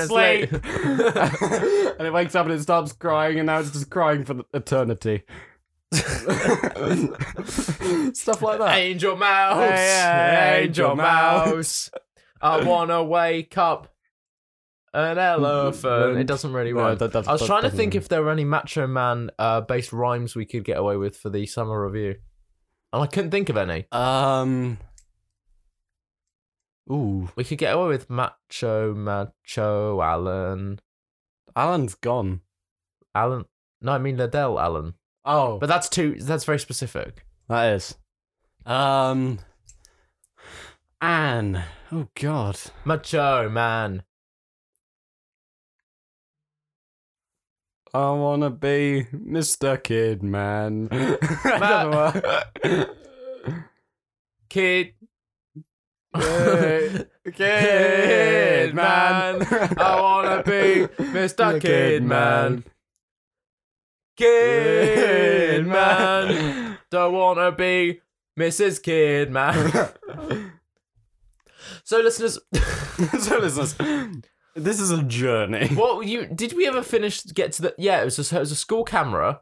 Speaker 1: late.
Speaker 2: asleep. and it wakes up and it starts crying, and now it's just crying for eternity. Stuff like that.
Speaker 1: Angel mouse,
Speaker 2: Hey, hey,
Speaker 1: angel
Speaker 2: angel
Speaker 1: mouse. I wanna wake up an elephant. It doesn't really
Speaker 2: Mm, No,
Speaker 1: rhyme.
Speaker 2: that- that-
Speaker 1: I was
Speaker 2: that
Speaker 1: trying to
Speaker 2: doesn't
Speaker 1: think
Speaker 2: rhyme.
Speaker 1: if there were any Macho Man uh, based rhymes we could get away with for the summer review, and I couldn't think of any.
Speaker 2: Um. Ooh,
Speaker 1: We could get away with Macho Macho Allen
Speaker 2: Alan's gone.
Speaker 1: Allen. No, I mean Liddell Allen.
Speaker 2: Oh,
Speaker 1: But that's too. That's very specific.
Speaker 2: That is. Um. Anne. Oh God.
Speaker 1: Macho Man.
Speaker 2: I wanna be Mr. Kid Man.
Speaker 1: Ma- Kid.
Speaker 2: Hey,
Speaker 1: Kid Man. I wanna be Mr. Kid, Man. Kid Man. Don't wanna be Mrs. Kid Man. so listeners,
Speaker 2: so listeners, this is a journey.
Speaker 1: what were you did we ever finish get to the yeah, it was a, it was a school camera.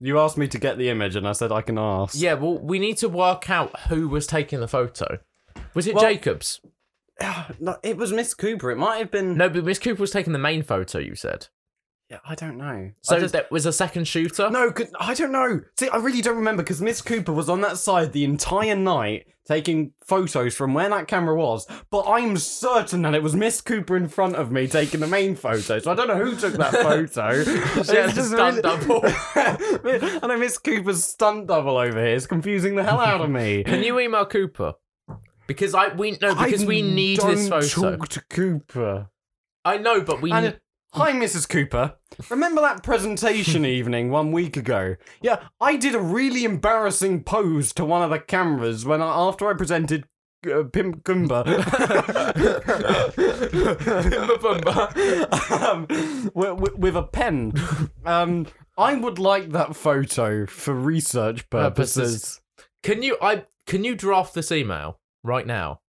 Speaker 2: You asked me to get the image, and I said I can ask.
Speaker 1: Yeah, well we need to work out who was taking the photo. Was it
Speaker 2: Well-
Speaker 1: Jacobs?
Speaker 2: no, it was Miss Cooper. It might have been.
Speaker 1: No, but Miss Cooper was taking the main photo, you said.
Speaker 2: Yeah, I don't know.
Speaker 1: So
Speaker 2: I just-
Speaker 1: there was a second shooter?
Speaker 2: No, 'cause- I don't know. See, I really don't remember because Miss Cooper was on that side the entire night taking photos from where that camera was, but I'm certain that it was Miss Cooper in front of me taking the main photo, so I don't know who took that photo.
Speaker 1: She had a
Speaker 2: It's just
Speaker 1: stunt double.
Speaker 2: I know Miss Cooper's stunt double over here is confusing the hell out of me.
Speaker 1: Can you email Cooper? Because I we no because
Speaker 2: I
Speaker 1: we need this
Speaker 2: don't
Speaker 1: photo.
Speaker 2: Talk to Cooper.
Speaker 1: I know, but we
Speaker 2: And hi, Mrs. Cooper. Remember that presentation evening one week ago? Yeah, I did a really embarrassing pose to one of the cameras when I, after I presented uh, Pimp Goomba. um, wi- wi- with a pen. Um, I would like that photo for research
Speaker 1: Purposes.
Speaker 2: purposes.
Speaker 1: Can you I can you draft this email right now?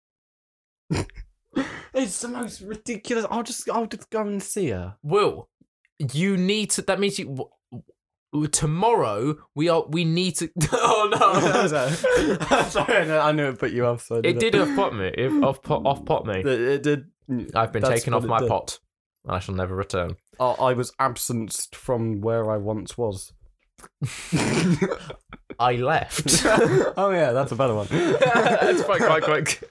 Speaker 2: It's the most ridiculous. I'll just, I'll just go and see her.
Speaker 1: Will you need to that means you "Ooh, tomorrow we are we need to. oh no, no.
Speaker 2: Sorry, I know- I knew it put you off. So I
Speaker 1: it did off pot me. It off pot off pot me.
Speaker 2: It, it did.
Speaker 1: I've been
Speaker 2: That's
Speaker 1: taken
Speaker 2: what
Speaker 1: off
Speaker 2: it
Speaker 1: my
Speaker 2: did.
Speaker 1: pot. and I shall never return.
Speaker 2: I I was absenced from where I once was.
Speaker 1: I left.
Speaker 2: oh yeah, that's a better one.
Speaker 1: That's quite quite quick.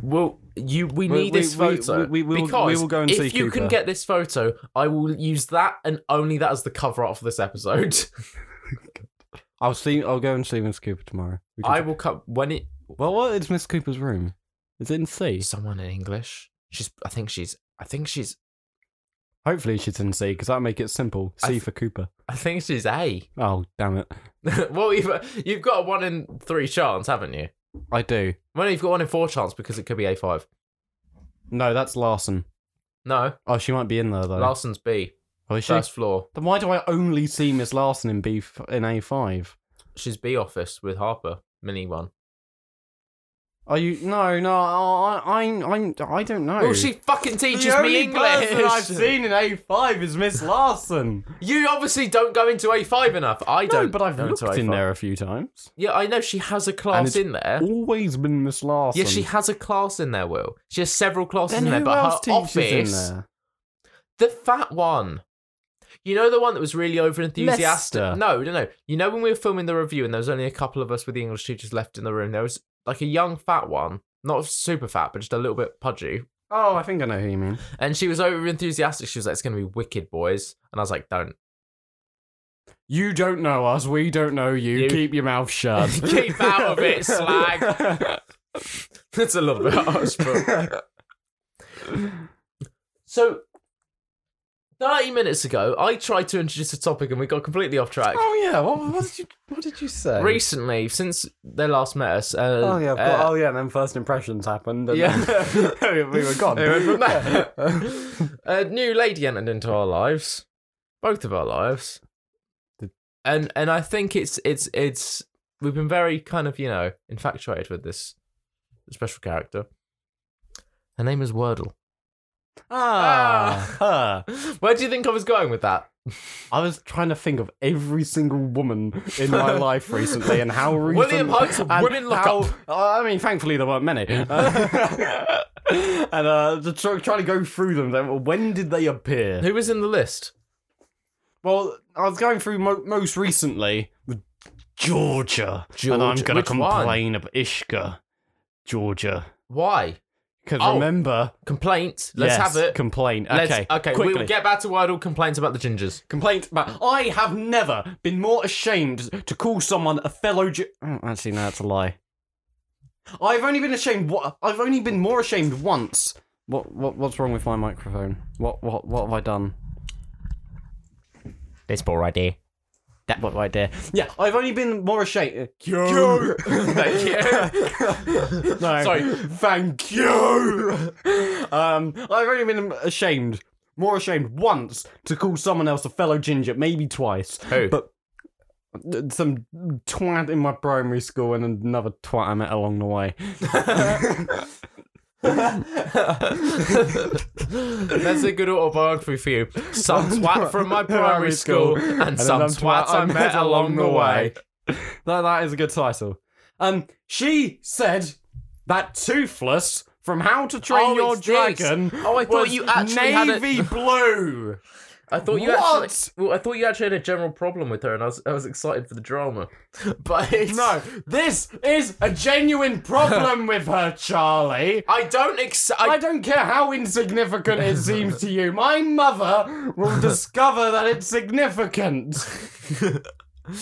Speaker 1: Well, you we
Speaker 2: We-
Speaker 1: need
Speaker 2: we-
Speaker 1: this
Speaker 2: we-
Speaker 1: photo
Speaker 2: we- we will- we
Speaker 1: because
Speaker 2: will go and
Speaker 1: if
Speaker 2: see
Speaker 1: you can
Speaker 2: Cooper.
Speaker 1: get this photo, I will use that and only that as the cover art for this episode.
Speaker 2: I'll see. I'll go and see Miss Cooper tomorrow. We can-
Speaker 1: I will come when it
Speaker 2: well, what is Miss Cooper's room? Is it in C?
Speaker 1: someone in English. She's I think she's I think she's
Speaker 2: Hopefully she's in C because that'll make it simple.
Speaker 1: I
Speaker 2: C
Speaker 1: th-
Speaker 2: for Cooper.
Speaker 1: I think she's A.
Speaker 2: Oh damn it!
Speaker 1: well, you've you've got a one in three chance, haven't you?
Speaker 2: I do.
Speaker 1: Well, you've got one in four chance because it could be A five.
Speaker 2: No, that's Larson.
Speaker 1: No,
Speaker 2: Oh, she might be in there though.
Speaker 1: Larson's B.
Speaker 2: oh, is she?
Speaker 1: First floor.
Speaker 2: Then why do I only see Miss Larson in B f- in A five?
Speaker 1: She's B office with Harper, mini one.
Speaker 2: Are you? No, no. I, I, I'm- I'm. I don't know.
Speaker 1: Oh, she fucking
Speaker 2: The
Speaker 1: teaches me
Speaker 2: only person I've
Speaker 1: English.
Speaker 2: seen in A five is Miss Larson.
Speaker 1: You obviously don't go into A5 enough. I
Speaker 2: no,
Speaker 1: don't.
Speaker 2: but I've
Speaker 1: go
Speaker 2: looked
Speaker 1: into
Speaker 2: in
Speaker 1: A5.
Speaker 2: there a few times.
Speaker 1: Yeah, I know she has a class
Speaker 2: it's
Speaker 1: in there.
Speaker 2: Always been Miss Larson.
Speaker 1: Yeah, she has a class in there, Will. She has several classes
Speaker 2: Then
Speaker 1: in there,
Speaker 2: who
Speaker 1: but
Speaker 2: else
Speaker 1: her
Speaker 2: teaches
Speaker 1: office.
Speaker 2: in there?
Speaker 1: The fat one. You know the one that was really over enthusiastic.
Speaker 2: Lester.
Speaker 1: No, no, no. You know when we were filming the review and there was only a couple of us with the English teachers left in the room. There was like a young fat one, not super fat, but just a little bit pudgy.
Speaker 2: Oh, I think I know who you mean.
Speaker 1: And she was over enthusiastic. She was like, "It's gonna be wicked, boys." And I was like, "Don't."
Speaker 2: You don't know us. We don't know you.
Speaker 1: You-
Speaker 2: Keep your mouth shut.
Speaker 1: Keep out of it, slag. That's a little bit harsh, but. so, 30 minutes ago, I tried to introduce a topic and we got completely off track.
Speaker 2: oh yeah. What, what did you? What did you say?
Speaker 1: Recently, since they last met us, uh,
Speaker 2: Oh yeah, of course.
Speaker 1: uh,
Speaker 2: oh yeah, and then first impressions happened. And
Speaker 1: Yeah.
Speaker 2: then we were gone.
Speaker 1: It went from a new lady entered into our lives, both of our lives,
Speaker 2: The-
Speaker 1: and and I think it's it's it's we've been very kind of you know infatuated with this special character. Her name is Wordle.
Speaker 2: ah, her.
Speaker 1: Where do you think I was going with that?
Speaker 2: I was trying to think of every single woman in my life recently and how recent.
Speaker 1: William Hunt's
Speaker 2: and
Speaker 1: women look
Speaker 2: how, uh,
Speaker 1: up.
Speaker 2: I mean, thankfully there weren't many. Uh, and uh, to try, try to go through them. Then when did they appear?
Speaker 1: Who was in the list?
Speaker 2: Well, I was going through mo- most recently with Georgia, and I'm
Speaker 1: Georgia-
Speaker 2: going to
Speaker 1: which one?
Speaker 2: complain of Ishka, Georgia.
Speaker 1: Why
Speaker 2: Because
Speaker 1: Oh,
Speaker 2: remember,
Speaker 1: complaints? Let's
Speaker 2: yes,
Speaker 1: have it.
Speaker 2: Complaint.
Speaker 1: Let's-
Speaker 2: Okay,
Speaker 1: okay.
Speaker 2: Quickly.
Speaker 1: We'll get back to Wordle complaints about the gingers.
Speaker 2: complaint about. I have never been more ashamed to call someone a fellow. Ge- oh, actually, no, that's a lie. I've only been ashamed. What? I've only been more ashamed once. What? What? What's wrong with my microphone? What? What? What have I done?
Speaker 1: This ball right here.
Speaker 2: That what right there. Yeah, I've only been more ashamed. uh,
Speaker 1: Thank you.
Speaker 2: No.
Speaker 1: Sorry.
Speaker 2: Thank you. um, I've only been ashamed, more ashamed once to call someone else a fellow ginger, maybe twice.
Speaker 1: Who?
Speaker 2: But some twat in my primary school and another twat I met along the way.
Speaker 1: That's a good autobiography for you. Some twat from my primary school and some
Speaker 2: another
Speaker 1: twat I met along the way.
Speaker 2: that, that is a good title. Um, she said that Toothless from How to Train
Speaker 1: Oh,
Speaker 2: Your
Speaker 1: it's this.
Speaker 2: Dragon
Speaker 1: Oh, I thought
Speaker 2: was
Speaker 1: you actually had a-
Speaker 2: navy blue.
Speaker 1: I thought you
Speaker 2: What?
Speaker 1: actually. Well, I thought you actually had a general problem with her, and I was I was excited for the drama. But it's,
Speaker 2: No, this is a genuine problem with her, Charlie.
Speaker 1: I don't. Ex-
Speaker 2: I
Speaker 1: I,
Speaker 2: don't care how insignificant it seems to you. My mother will discover that it's significant.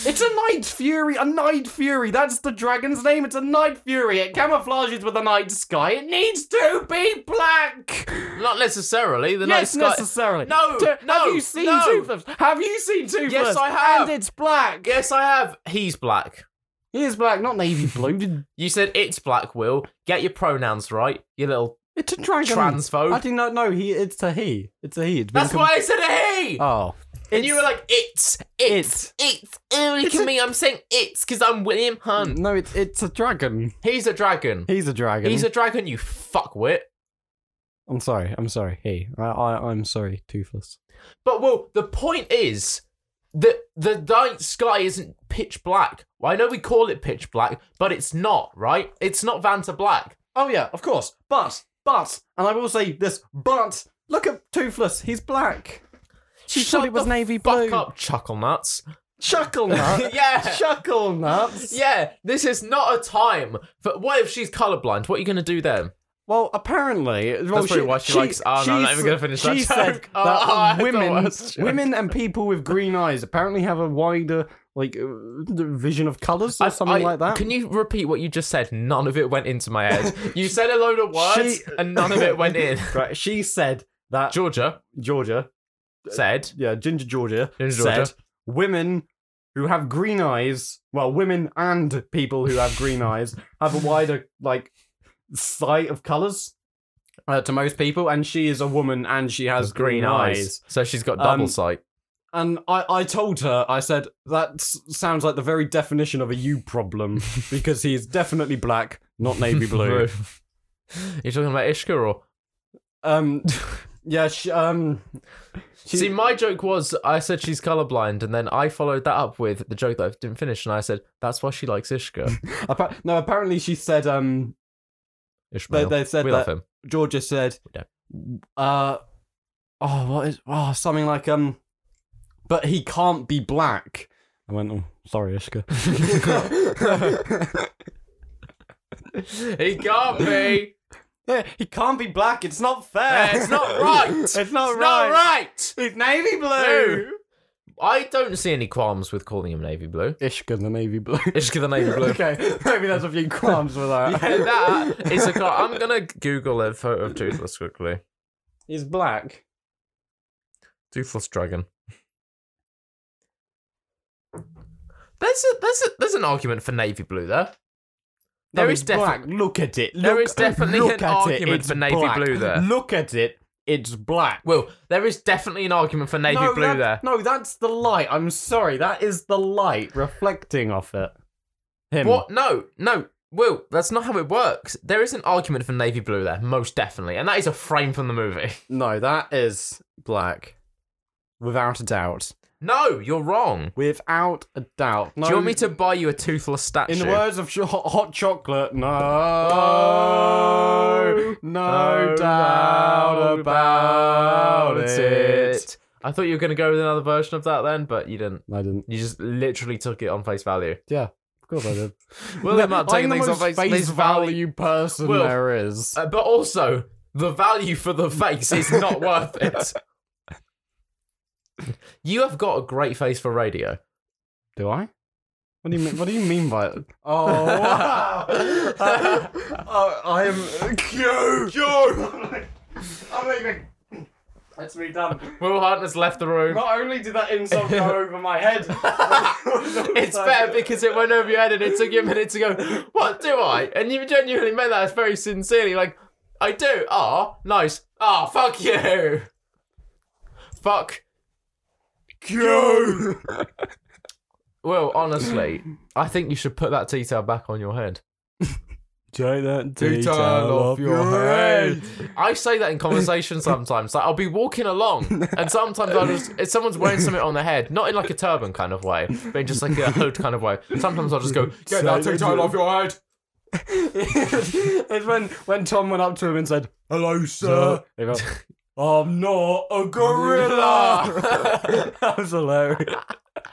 Speaker 2: it's a night fury. A night fury. That's the dragon's name. It's a night fury. It camouflages with the night sky. It needs to be black.
Speaker 1: not necessarily. The
Speaker 2: yes,
Speaker 1: night sky.
Speaker 2: necessarily.
Speaker 1: No,
Speaker 2: Do-
Speaker 1: no,
Speaker 2: Have you seen
Speaker 1: no.
Speaker 2: Toothless? Have you seen Toothless?
Speaker 1: I have.
Speaker 2: And it's black.
Speaker 1: yes, I have. He's black.
Speaker 2: He is black, not navy blue. Did-
Speaker 1: You said it's black. Will get your pronouns right. You little.
Speaker 2: It's a dragon.
Speaker 1: Transphobe.
Speaker 2: I do not know. He. It's a he. It's a he. It's been
Speaker 1: That's
Speaker 2: com-
Speaker 1: why I said a he.
Speaker 2: Oh.
Speaker 1: and you were like it's it's it's. Oh, look
Speaker 2: It's
Speaker 1: at
Speaker 2: a-
Speaker 1: me. I'm saying it's because I'm William Hunt.
Speaker 2: No, it's it's a dragon.
Speaker 1: He's a dragon.
Speaker 2: He's a dragon.
Speaker 1: He's a dragon. You fuckwit.
Speaker 2: I'm sorry. I'm sorry. He. I. I I'm sorry. Toothless.
Speaker 1: But well, the point is, the the night sky isn't pitch black. Well, I know we call it pitch black, but it's not, right? It's not Vanta Black.
Speaker 2: Oh yeah, of course. But but and I will say this, but look at Toothless, he's black. She
Speaker 1: Shut
Speaker 2: thought it was
Speaker 1: the
Speaker 2: navy
Speaker 1: Fuck
Speaker 2: blue.
Speaker 1: up, chuckle nuts.
Speaker 2: Chuckle nut.
Speaker 1: Yeah.
Speaker 2: Chuckle nuts.
Speaker 1: Yeah, this is not a time. But what if she's colorblind? What are you going to do then?
Speaker 2: Well, apparently, that's
Speaker 1: probably why she likes- oh, no, I'm not even gonna finish that
Speaker 2: she
Speaker 1: joke.
Speaker 2: Said
Speaker 1: Oh,
Speaker 2: that
Speaker 1: I thought it
Speaker 2: women,
Speaker 1: was a joke.
Speaker 2: women, and people with green eyes apparently have a wider like uh, vision of colors or something
Speaker 1: I-
Speaker 2: like that.
Speaker 1: Can you repeat what you just said? None of it went into my head. You said a load of words
Speaker 2: She-
Speaker 1: and none of it went in.
Speaker 2: Right, she said that
Speaker 1: Georgia
Speaker 2: Georgia,
Speaker 1: said,
Speaker 2: yeah, Ginger Georgia,
Speaker 1: Ginger
Speaker 2: said
Speaker 1: Georgia.
Speaker 2: women who have green eyes, well, women and people who have green eyes have a wider like sight of colors uh, to most people, and she is a woman and she has green, eyes.
Speaker 1: So she's got
Speaker 2: Um,
Speaker 1: double sight.
Speaker 2: And I, I told her, I said, that s- sounds like the very definition of a you problem because he is definitely black, not navy blue.
Speaker 1: You're talking about Ishka or?
Speaker 2: um, yeah, she, um, she-
Speaker 1: See, my joke was I said she's colorblind, and then I followed that up with the joke that I didn't finish, and I said that's why she likes Ishka.
Speaker 2: appa- no, apparently she said, um, they,
Speaker 1: Ishmael.
Speaker 2: they said
Speaker 1: we
Speaker 2: that
Speaker 1: love him.
Speaker 2: Georgia said,
Speaker 1: We
Speaker 2: uh, oh, what is, oh, something like, um, but he can't be black. I went, oh, sorry, Ishka.
Speaker 1: He got me.
Speaker 2: he can't be black. It's not
Speaker 1: Eh,
Speaker 2: fair.
Speaker 1: it's not right.
Speaker 2: It's not
Speaker 1: It's
Speaker 2: right.
Speaker 1: not right.
Speaker 2: It's navy
Speaker 1: blue. I don't see any qualms with calling him navy blue.
Speaker 2: Ishka the navy blue.
Speaker 1: Ishka the navy blue.
Speaker 2: okay, maybe that's a few qualms with that.
Speaker 1: Yeah, that is a car. I'm gonna Google a photo of Toothless quickly.
Speaker 2: He's black.
Speaker 1: Toothless dragon. There's a there's a there's an argument for navy blue there. There
Speaker 2: no,
Speaker 1: is
Speaker 2: he's
Speaker 1: defi-
Speaker 2: black. Look at it.
Speaker 1: There
Speaker 2: Look-
Speaker 1: is definitely
Speaker 2: look
Speaker 1: an
Speaker 2: at
Speaker 1: argument
Speaker 2: It's
Speaker 1: for navy
Speaker 2: black.
Speaker 1: blue there.
Speaker 2: Look at it. It's black.
Speaker 1: Well, there is definitely an argument for navy
Speaker 2: no,
Speaker 1: blue
Speaker 2: that-
Speaker 1: there.
Speaker 2: No, that's the light. I'm sorry. That is the light reflecting off it. Him.
Speaker 1: What? No, no. Will, that's not how it works. There is an argument for navy blue there, most definitely, and that is a frame from the movie.
Speaker 2: No, that is black. Without a doubt.
Speaker 1: No, you're wrong.
Speaker 2: Without a doubt. No,
Speaker 1: Do you want me to buy you a toothless statue?
Speaker 2: In the words of sh- hot, hot chocolate, no, no, doubt about it.
Speaker 1: I thought you were going to go with another version of that then, but you didn't.
Speaker 2: I didn't.
Speaker 1: You just literally took it on face value.
Speaker 2: Of course I did.
Speaker 1: Well, I'm not taking
Speaker 2: I'm
Speaker 1: things
Speaker 2: the
Speaker 1: on face,
Speaker 2: most face,
Speaker 1: face value.
Speaker 2: value person
Speaker 1: Well,
Speaker 2: there is.
Speaker 1: Uh, but also, the value for the face is not worth it. You have got a great face for radio.
Speaker 2: do I? What do you mean? What do you mean by it? Oh, I am. You, I'm leaving. That's me done.
Speaker 1: Will Hartness left the room.
Speaker 2: Not only did that insult go over my head,
Speaker 1: It's better because it went over your head and it took you a minute to go, What do I? And you genuinely meant that very sincerely, like, I do. Ah, nice. Ah, fuck you. Fuck
Speaker 2: you.
Speaker 1: Well, honestly, I think you should put that detail back on your head.
Speaker 2: Take that
Speaker 1: detail off your head. I say that in conversation sometimes. Like I'll be walking along, and sometimes I'll just if someone's wearing something on their head, not in like a turban kind of way, but in just like a hood kind of way. Sometimes I'll just go, get that
Speaker 2: Say-
Speaker 1: detail off your head.
Speaker 2: it's when when Tom went up to him and said, "Hello, sir." He went, I'm not a gorilla. that was hilarious.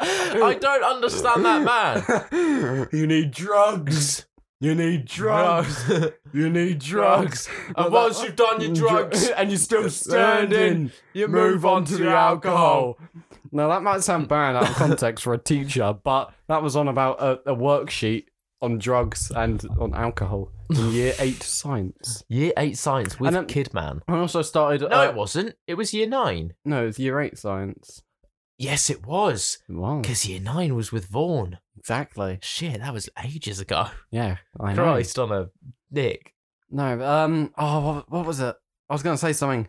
Speaker 1: I don't understand that man.
Speaker 2: You need drugs. You need drugs. You need drugs.
Speaker 1: And once you've done your drugs,
Speaker 2: and you're still
Speaker 1: standing,
Speaker 2: standing,
Speaker 1: you
Speaker 2: you
Speaker 1: move on to the alcohol.
Speaker 2: Now that might sound bad out of context for a teacher, but that was on about a, a worksheet on drugs and on alcohol in year eight science.
Speaker 1: Year eight science with
Speaker 2: And then-
Speaker 1: Kid Man.
Speaker 2: I also started.
Speaker 1: No,
Speaker 2: uh,
Speaker 1: it wasn't. It was year nine.
Speaker 2: no, it's year eight science.
Speaker 1: Yes, it was.
Speaker 2: Wow,
Speaker 1: Because year nine was with Vaughn.
Speaker 2: exactly.
Speaker 1: Shit, that was ages ago.
Speaker 2: Yeah, I know.
Speaker 1: Christ on a dick.
Speaker 2: No, um, oh, what, what was it? I was gonna say something.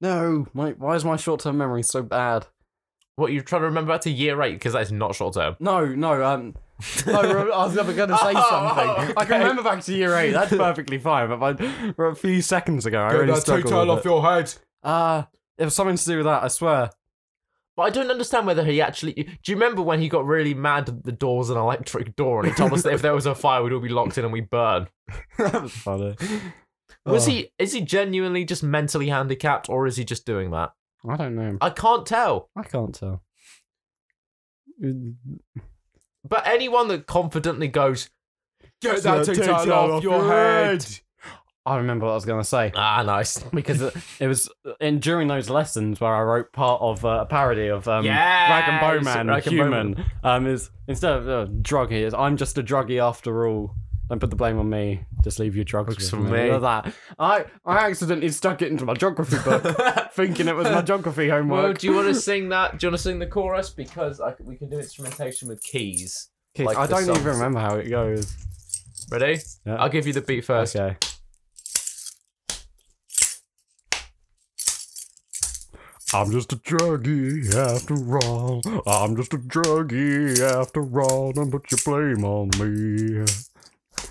Speaker 2: No, my, why is my short-term memory so bad?
Speaker 1: What you're trying to remember back to year eight because that's not short term.
Speaker 2: No, no, um, no, re- I was never gonna say
Speaker 1: Oh,
Speaker 2: something. I
Speaker 1: okay.
Speaker 2: can remember back to year eight. That's perfectly fine. But my, for a few seconds ago, I really struggled with it.
Speaker 1: your head.
Speaker 2: Uh, it was something to do with that. I swear.
Speaker 1: But I don't understand whether he actually. Do you remember when he got really mad that the door was an electric door and he told us that if there was a fire, we'd all be locked in and we'd burn?
Speaker 2: that was funny.
Speaker 1: Was
Speaker 2: Oh,
Speaker 1: he? Is he genuinely just mentally handicapped, or is he just doing that?
Speaker 2: I don't know.
Speaker 1: I can't tell.
Speaker 2: I can't tell.
Speaker 1: But anyone that confidently goes, "Get that
Speaker 2: So
Speaker 1: titan off, your head.
Speaker 2: I remember what I was going to say
Speaker 1: Ah, nice.
Speaker 2: because it, it was in during those lessons where I wrote part of uh, a parody of um, Rag
Speaker 1: Yes,
Speaker 2: and Bowman
Speaker 1: Rag and
Speaker 2: human. Um, is instead of uh, druggy, it's I'm just a druggy after all. Don't put the blame on me. Just leave your drugs
Speaker 1: Drugs
Speaker 2: with
Speaker 1: for me.
Speaker 2: Look at that. I I accidentally stuck it into my geography book, thinking it was my geography homework.
Speaker 1: Well, do you want to sing that? Do you want to sing the chorus? Because I, c- we can do instrumentation with keys.
Speaker 2: Okay,
Speaker 1: like
Speaker 2: I
Speaker 1: the
Speaker 2: don't
Speaker 1: songs?
Speaker 2: even remember how it goes.
Speaker 1: Ready?
Speaker 2: Yeah.
Speaker 1: I'll give you the beat first.
Speaker 2: Okay. I'm just a druggie after all. I'm just a druggie after all. Don't put your blame on me.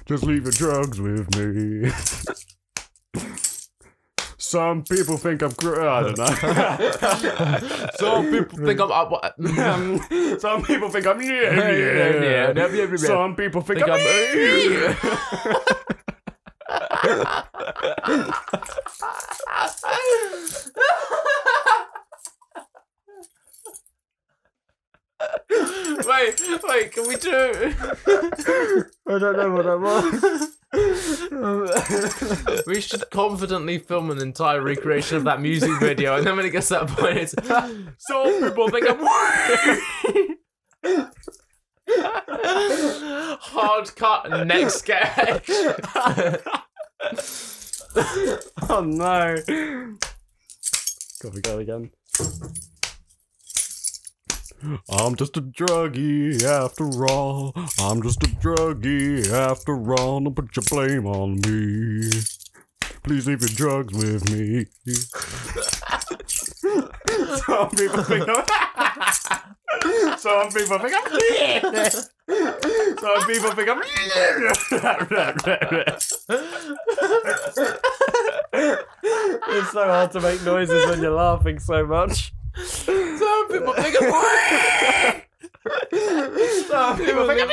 Speaker 2: Just leave your drugs with me. Some people think I'm. Cr- I don't know.
Speaker 1: Some people think I'm. I, what-
Speaker 2: Um, Some people think I'm.
Speaker 1: Yeah, yeah,
Speaker 2: Yeah,
Speaker 1: yeah, yeah, yeah.
Speaker 2: Some people think,
Speaker 1: Think
Speaker 2: I'm.
Speaker 1: I'm- wait, wait, can we do?
Speaker 2: I don't know what that was.
Speaker 1: We should confidently film an entire recreation of that music video, and then when it gets to that point, it's so people think I'm hard cut next sketch.
Speaker 2: oh no. God, we go again. I'm just a druggie after all. I'm just a druggie after all. Don't put your blame on me. Please leave your drugs with me. Some people think I'm. Some people think I'm. Some people think I'm. it's so hard to make noises when you're laughing so much.
Speaker 1: Some people think I'm. Some people think I'm.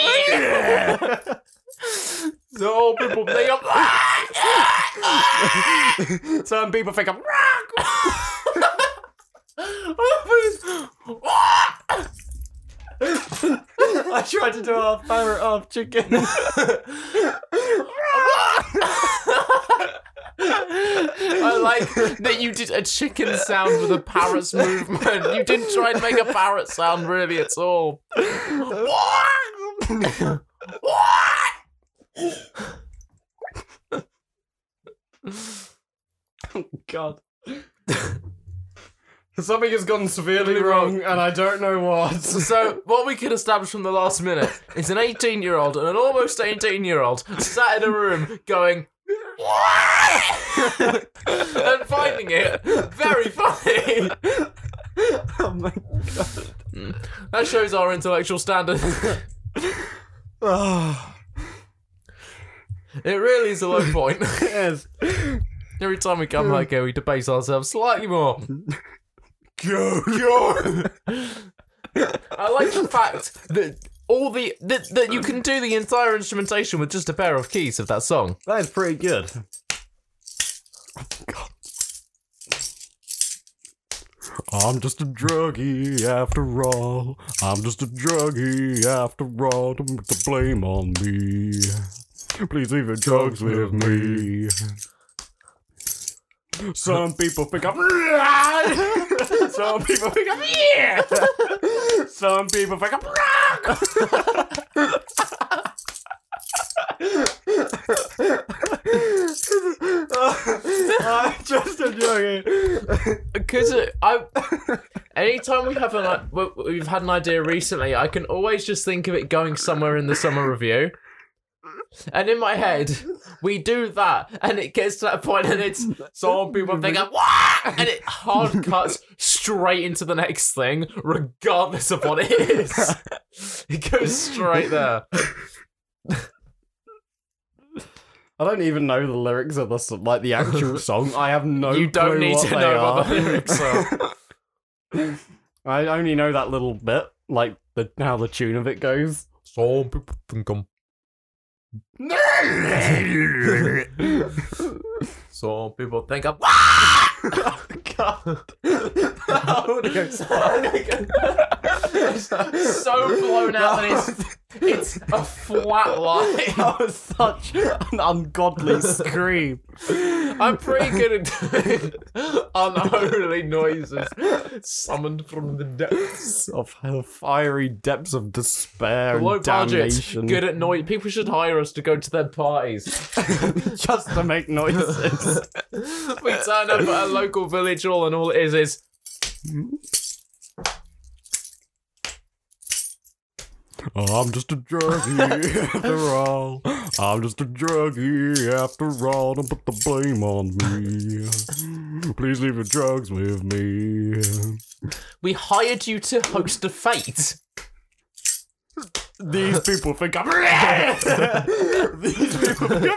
Speaker 1: Some people think I'm.
Speaker 2: Some people think I'm. I tried to do half parrot, half chicken.
Speaker 1: I like that you did a chicken sound with a parrot's movement. You didn't try and make a parrot sound really at all.
Speaker 2: God. Something has gone severely wrong, and I don't know what.
Speaker 1: So, what we could establish from the last minute is an 18 year old and an almost 18 year old sat in a room going, and finding it very funny.
Speaker 2: Oh my
Speaker 1: That shows our intellectual standard.
Speaker 2: god.
Speaker 1: It really is a low point.
Speaker 2: yes.
Speaker 1: Every time we come back here, we debase ourselves slightly more.
Speaker 2: Go, go.
Speaker 1: I like the fact that all the that, that you can do the entire instrumentation with just a pair of keys of that song.
Speaker 2: That is pretty good. I'm just a druggie after all. I'm just a druggie after all. Don't put the blame on me. Please leave your drugs with me. Some people think I'm. Some people think I'm. Yeah! Some people think I'm. I'm just a druggie.
Speaker 1: Because I, anytime we have an i- we- we've had an idea recently, I can always just think of it going somewhere in the summer review. And in my head, we do that, and it gets to that point, and it's some people think I'm "Wah!" and it hard cuts straight into the next thing, regardless of what it is. It goes straight there.
Speaker 2: I don't even know the lyrics of the s- like the actual song. I have no.
Speaker 1: you don't
Speaker 2: clue
Speaker 1: need
Speaker 2: what
Speaker 1: to
Speaker 2: they
Speaker 1: know
Speaker 2: are.
Speaker 1: what the lyrics are.
Speaker 2: I only know that little bit, like the how the tune of it goes.
Speaker 1: Some people think I'm. Some people think I'm.
Speaker 2: Oh god! audio
Speaker 1: so blown out that it's it's a flat line.
Speaker 2: That was such an ungodly scream.
Speaker 1: I'm pretty good at doing unholy noises summoned from the depths.
Speaker 2: of the fiery depths of despair
Speaker 1: Low
Speaker 2: and
Speaker 1: budgets,
Speaker 2: damnation.
Speaker 1: good at noise. People should hire us to go to their parties.
Speaker 2: just to make noises.
Speaker 1: We turn up at a local village hall, and all it is is
Speaker 2: I'm just a druggie after all. I'm just a druggie after all. Don't put the blame on me. Please leave your drugs with me.
Speaker 1: we hired you to host a fete.
Speaker 2: These people think I'm. These people think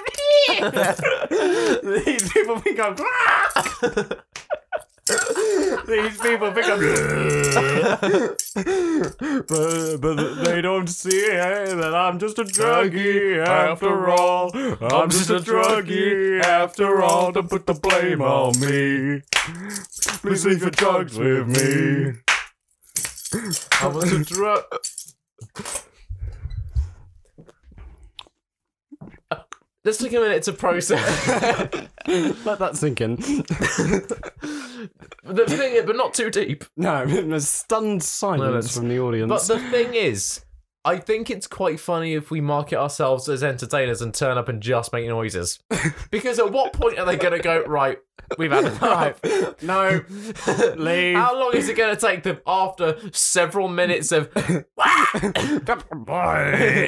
Speaker 2: I'm. These people think I'm. These people think I'm. but, but they don't see that I'm just a druggie after all. I'm just a druggie after all. Don't put the blame on me. Please leave your drugs with me.
Speaker 1: I was a drug. Let's take a minute to process.
Speaker 2: Let that sink in.
Speaker 1: the thing, is- but not too deep.
Speaker 2: No, a stunned silence
Speaker 1: that's-
Speaker 2: from the audience.
Speaker 1: But the thing is, I think it's quite funny if we market ourselves as entertainers and turn up and just make noises. Because at what point are they going to go, right, we've had enough?
Speaker 2: Right. No. Leave.
Speaker 1: How long is it going to take them after several minutes of
Speaker 2: Bye.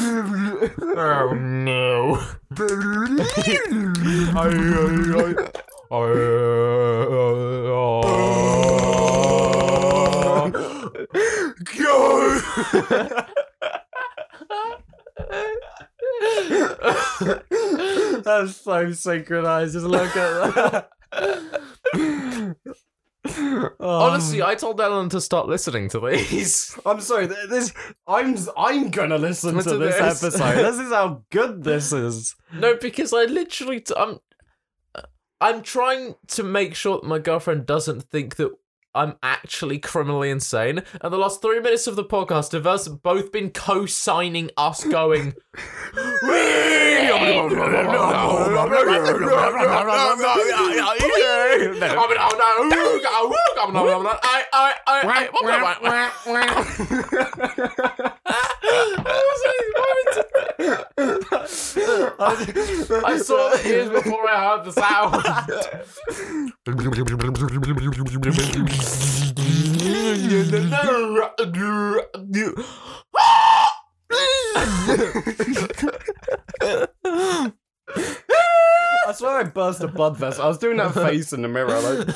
Speaker 1: Oh no.
Speaker 2: That's so synchronized. Just look at that.
Speaker 1: Honestly, I told Ellen to start listening to these.
Speaker 2: Um, I'm sorry. th- This I'm I'm gonna listen to
Speaker 1: Listen to
Speaker 2: this,
Speaker 1: this.
Speaker 2: episode. this is how good this is.
Speaker 1: No, because I literally t- I'm I'm trying to make sure that my girlfriend doesn't think that I'm actually criminally insane. And the last three minutes of the podcast have us both been co-signing us going. I saw the ears before I heard the sound.
Speaker 2: I swear I burst a blood vessel. I was doing that face in the mirror. Like,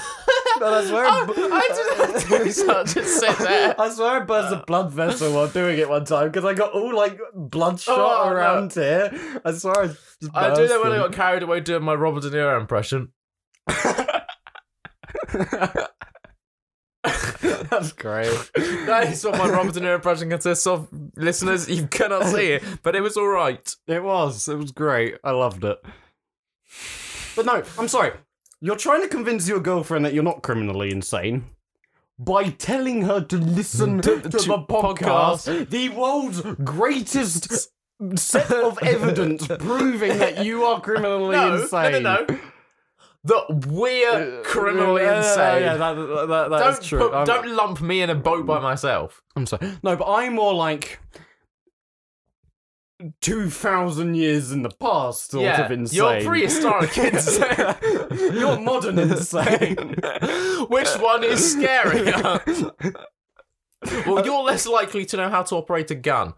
Speaker 2: but I swear. I, bu-
Speaker 1: I didn't do such a sit there.
Speaker 2: I swear I burst a blood vessel while doing it one time because I got all like bloodshot
Speaker 1: Oh, no.
Speaker 2: around here. I swear I. Just
Speaker 1: I do that when I got
Speaker 2: burst
Speaker 1: carried away doing my Robert De Niro impression.
Speaker 2: them. That's great.
Speaker 1: That is what my Robert De Niro impression consists of. Listeners, you cannot see it, but it was all right.
Speaker 2: It was. It was great. I loved it. But no, I'm sorry. You're trying to convince your girlfriend that you're not criminally insane by telling her to listen to,
Speaker 1: to
Speaker 2: the podcast, the world's greatest set of evidence proving that you are criminally
Speaker 1: No, no, no,
Speaker 2: insane.
Speaker 1: no. That we're criminally
Speaker 2: Yeah, yeah,
Speaker 1: insane.
Speaker 2: Yeah, that, that, that- that's
Speaker 1: don't
Speaker 2: true.
Speaker 1: put-
Speaker 2: I'm-
Speaker 1: don't lump me in a boat by myself.
Speaker 2: I'm sorry. No, but I'm more like two thousand years in the past, sort
Speaker 1: yeah,
Speaker 2: of insane.
Speaker 1: you're prehistoric insane.
Speaker 2: You're modern insane.
Speaker 1: Which one is scarier?
Speaker 2: Uh,
Speaker 1: well, you're less likely to know how to operate a gun.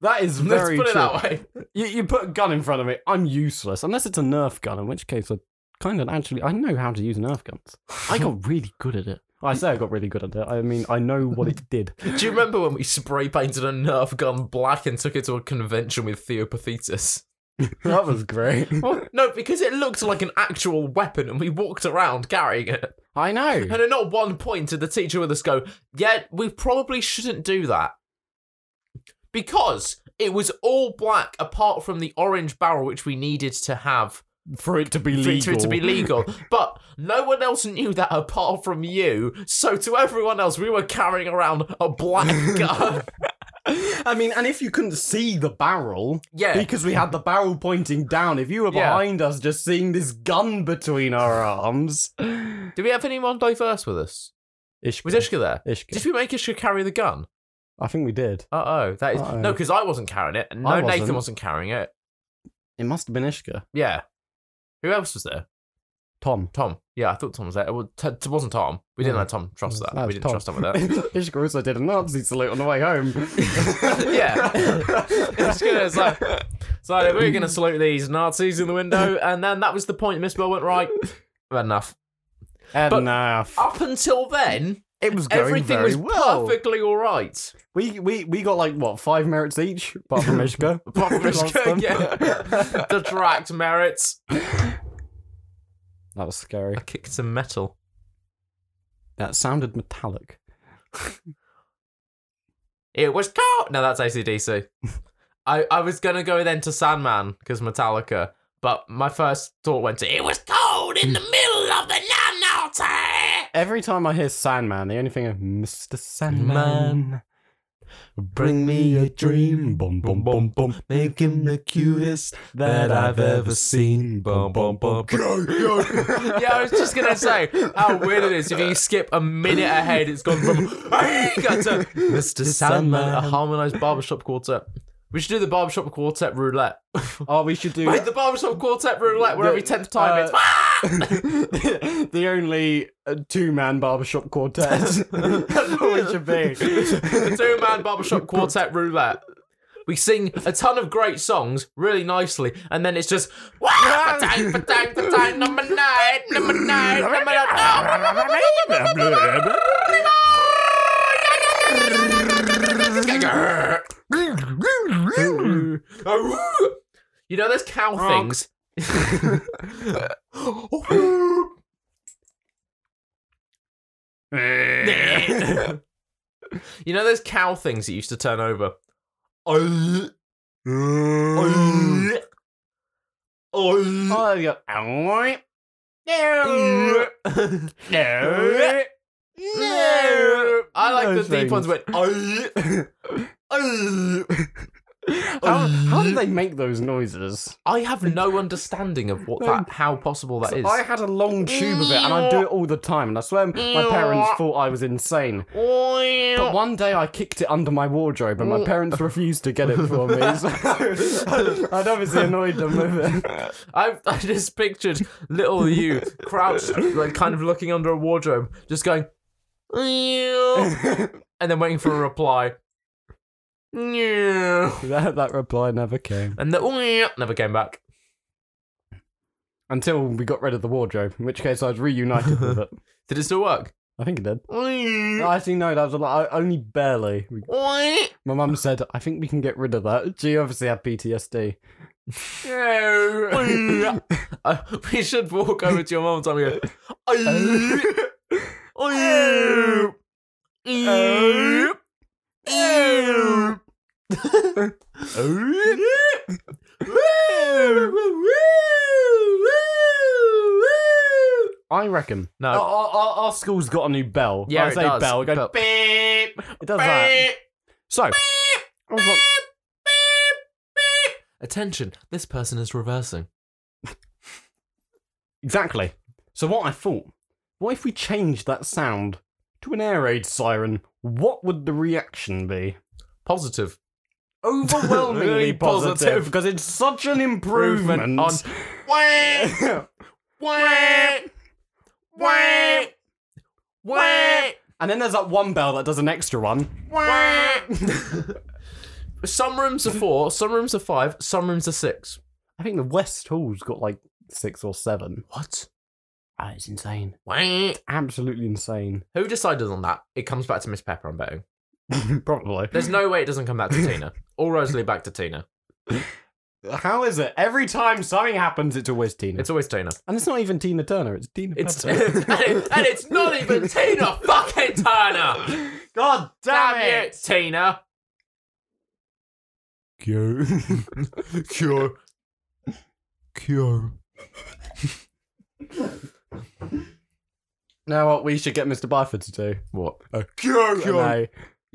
Speaker 2: That is
Speaker 1: Let's
Speaker 2: very
Speaker 1: put it
Speaker 2: true.
Speaker 1: that way.
Speaker 2: You, you put a gun in front of me, I'm useless. Unless it's a Nerf gun, in which case I kind of actually, I know how to use nerf guns. I got really good at it. I say I got really good at it. I mean, I know what it did.
Speaker 1: Do you remember when we spray painted a Nerf gun black and took it to a convention with Theopathetus?
Speaker 2: that was great.
Speaker 1: Well, no, because it looked like an actual weapon and we walked around carrying it.
Speaker 2: I know.
Speaker 1: And at not one point did the teacher with us go, Yeah, we probably shouldn't do that. Because it was all black apart from the orange barrel, which we needed to have
Speaker 2: For it to be
Speaker 1: for
Speaker 2: legal.
Speaker 1: it to, to be legal. but no one else knew that apart from you. So to everyone else, we were carrying around a black gun.
Speaker 2: I mean, and if you couldn't see the barrel,
Speaker 1: Yeah.
Speaker 2: because we had the barrel pointing down, if you were
Speaker 1: Yeah.
Speaker 2: behind us just seeing this gun between our arms,
Speaker 1: Did we have anyone diverse with us?
Speaker 2: Ishka.
Speaker 1: Was Ishka there?
Speaker 2: Ishka.
Speaker 1: Did we make Ishka carry the gun?
Speaker 2: I think we did.
Speaker 1: Uh oh, that is
Speaker 2: Uh-oh.
Speaker 1: no, because I wasn't carrying it, and no
Speaker 2: I
Speaker 1: Nathan
Speaker 2: wasn't.
Speaker 1: wasn't carrying it.
Speaker 2: It must have been Ishka.
Speaker 1: Yeah, who else was there?
Speaker 2: Tom.
Speaker 1: Tom. Yeah, I thought Tom was there. Well, t- t- wasn't Tom. We didn't
Speaker 2: No.
Speaker 1: let Tom trust that.
Speaker 2: That
Speaker 1: we
Speaker 2: was
Speaker 1: didn't
Speaker 2: Tom.
Speaker 1: trust Tom with that.
Speaker 2: Ishka also did a Nazi salute on the way home.
Speaker 1: Yeah. it's good. It's like, so we're gonna salute these Nazis in the window, and then that was the point. Miss Bell went right. I've had Enough.
Speaker 2: Enough.
Speaker 1: Up until then,
Speaker 2: uh, it was going
Speaker 1: everything
Speaker 2: very
Speaker 1: was
Speaker 2: well.
Speaker 1: perfectly all right.
Speaker 2: We, we we got like what five merits each, apart from Ishka.
Speaker 1: Apart from
Speaker 2: We lost
Speaker 1: Ishka,
Speaker 2: them.
Speaker 1: yeah. Detract merits.
Speaker 2: That was scary.
Speaker 1: I kicked some metal.
Speaker 2: That sounded metallic.
Speaker 1: It was cold. No, that's ACDC. I, I was going to go then to Sandman because Metallica, but my first thought went to it was cold in the middle of the night.
Speaker 2: Every time I hear Sandman, the only thing of Mr. Sandman.
Speaker 1: Bring me a dream,
Speaker 2: bum
Speaker 1: bum, bum,
Speaker 2: bum.
Speaker 1: make him the cutest that I've ever
Speaker 2: seen,
Speaker 1: Bum, bum, bum, Yeah, I was just going to say how weird it is if you skip a minute ahead, it's gone from Aiga to Mr. Sandman, a
Speaker 2: Sandman.
Speaker 1: harmonized barbershop quartet. We should do the barbershop quartet roulette.
Speaker 2: Oh, we should do
Speaker 1: Wait, the barbershop quartet roulette where
Speaker 2: The-
Speaker 1: every 10th time
Speaker 2: uh,
Speaker 1: it's. "Ah!"
Speaker 2: the only uh, two-man barbershop quartet. That's what we should
Speaker 1: the
Speaker 2: be.
Speaker 1: two man barbershop quartet roulette. We sing a ton of great songs really nicely, and then it's just. "Wah, patang, patang, patang, number nine, number nine, number nine." You know those cow things. You know those cow things that used to turn over.
Speaker 2: Oh, yeah. Ow.
Speaker 1: No.
Speaker 2: No.
Speaker 1: No. I like the
Speaker 2: Those
Speaker 1: deep ones went.
Speaker 2: things. How, how did they make those noises?
Speaker 1: I have no understanding of what that, how possible that is.
Speaker 2: I had a long tube of it, and I do it all the time. And I swear, my parents thought I was insane. But one day, I kicked it under my wardrobe, and my parents refused to get it for me. So I'd obviously annoyed them with it.
Speaker 1: I I just pictured little you crouched, like kind of looking under a wardrobe, just going, and then waiting for a reply. And
Speaker 2: that. That reply never came
Speaker 1: the never came back.
Speaker 2: until we got rid of the wardrobe. In which case, I was reunited with it.
Speaker 1: Did it still work?
Speaker 2: I think it did. No, Actually, no, that was a lot. I, only barely. We- My mum said, "I think we can get rid of that." She obviously had PTSD.
Speaker 1: Uh, we should walk over to your mum time and go.
Speaker 2: I reckon.
Speaker 1: No.
Speaker 2: Our, our- our- our school's got a new bell.
Speaker 1: Yeah,
Speaker 2: I
Speaker 1: it
Speaker 2: say
Speaker 1: does.
Speaker 2: bell. It goes
Speaker 1: Bell.
Speaker 2: beep. It does that. So. I was like-
Speaker 1: Attention, this person is reversing.
Speaker 2: Exactly. So what I thought, what if we changed that sound to an air raid siren? What would the reaction be?
Speaker 1: Positive.
Speaker 2: Overwhelmingly positive,
Speaker 1: Positive.
Speaker 2: because it's such an improvement.
Speaker 1: on.
Speaker 2: and then there's that one bell that does an extra one.
Speaker 1: Some rooms are four, some rooms are five, some rooms are six.
Speaker 2: I think the West Hall's got like six or seven.
Speaker 1: What?
Speaker 2: Oh, it's insane.
Speaker 1: Wang.
Speaker 2: Absolutely insane.
Speaker 1: Who decided on that? It comes back to Miss Pepper, I'm betting.
Speaker 2: Probably.
Speaker 1: There's no way it doesn't come back to Tina. Or Rosalie back to Tina.
Speaker 2: How is it? Every time something happens, it's always Tina.
Speaker 1: It's always Tina.
Speaker 2: and it's not even Tina Turner, it's Tina
Speaker 1: It's and,
Speaker 2: Pepper.
Speaker 1: it- and it's not even Tina fucking Turner.
Speaker 2: God
Speaker 1: Damn,
Speaker 2: damn it!
Speaker 1: it, Tina.
Speaker 2: Cure. Cure. Cure. Now what we should get Mr. Byford to do.
Speaker 1: What?
Speaker 2: A cure. No.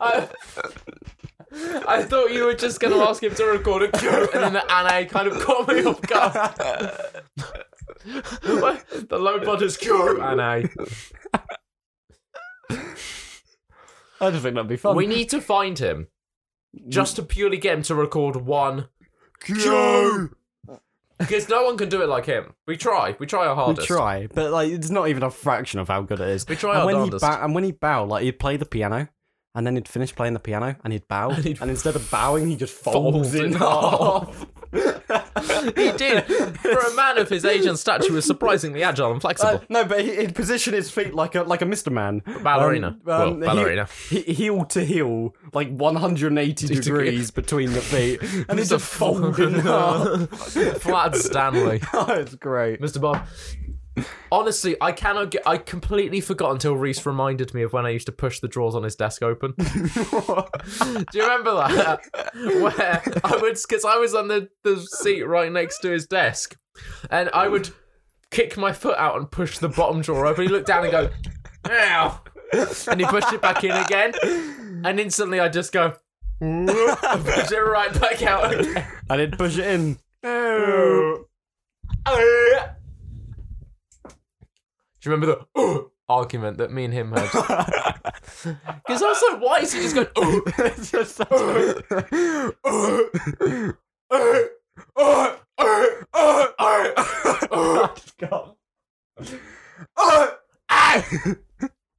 Speaker 1: I, I thought you were just going to ask him to record a quote, and then the Anne kind of caught me off guard. the low budget's cure, Anne.
Speaker 2: I just think that'd be fun.
Speaker 1: We need to find him just to purely get him to record one,
Speaker 2: cure.
Speaker 1: because no one can do it like him. We try, we try our
Speaker 2: We
Speaker 1: hardest.
Speaker 2: try, but like it's not even a fraction of how good it is.
Speaker 1: We try
Speaker 2: and
Speaker 1: our
Speaker 2: when
Speaker 1: hardest.
Speaker 2: He bow, and when he bowed, like he'd play the piano, and then he'd finish playing the piano, and he'd bow, and,
Speaker 1: he'd
Speaker 2: instead of bowing, he just folds,
Speaker 1: Folds
Speaker 2: in
Speaker 1: in
Speaker 2: half.
Speaker 1: He did. For a man of his age and stature, he was surprisingly agile and
Speaker 2: Uh,
Speaker 1: flexible.
Speaker 2: no, but he, he'd position his feet like a like a Mister Man
Speaker 1: Ballerina.
Speaker 2: Um,
Speaker 1: Well,
Speaker 2: um, he-
Speaker 1: ballerina.
Speaker 2: he- heel to heel, like 180 degrees between the feet, and he's
Speaker 1: Mr.
Speaker 2: just fold in half.
Speaker 1: Flat Stanley.
Speaker 2: Oh, it's great.
Speaker 1: Mr. Bob. Honestly, I cannot get. I completely forgot until Reese reminded me of when I used to push the drawers on his desk open. Do you remember that? Where I would, because I was on the, the seat right next to his desk, and I would kick my foot out and push the bottom drawer open. He looked down and go, "Ow!" and he pushed it back in again, and instantly I just go, and push it right back out again.
Speaker 2: I did push it in.
Speaker 1: Do you remember the "Ugh" argument that me and him had? Because also, why is he just going? "Ugh"?
Speaker 2: It's just such a-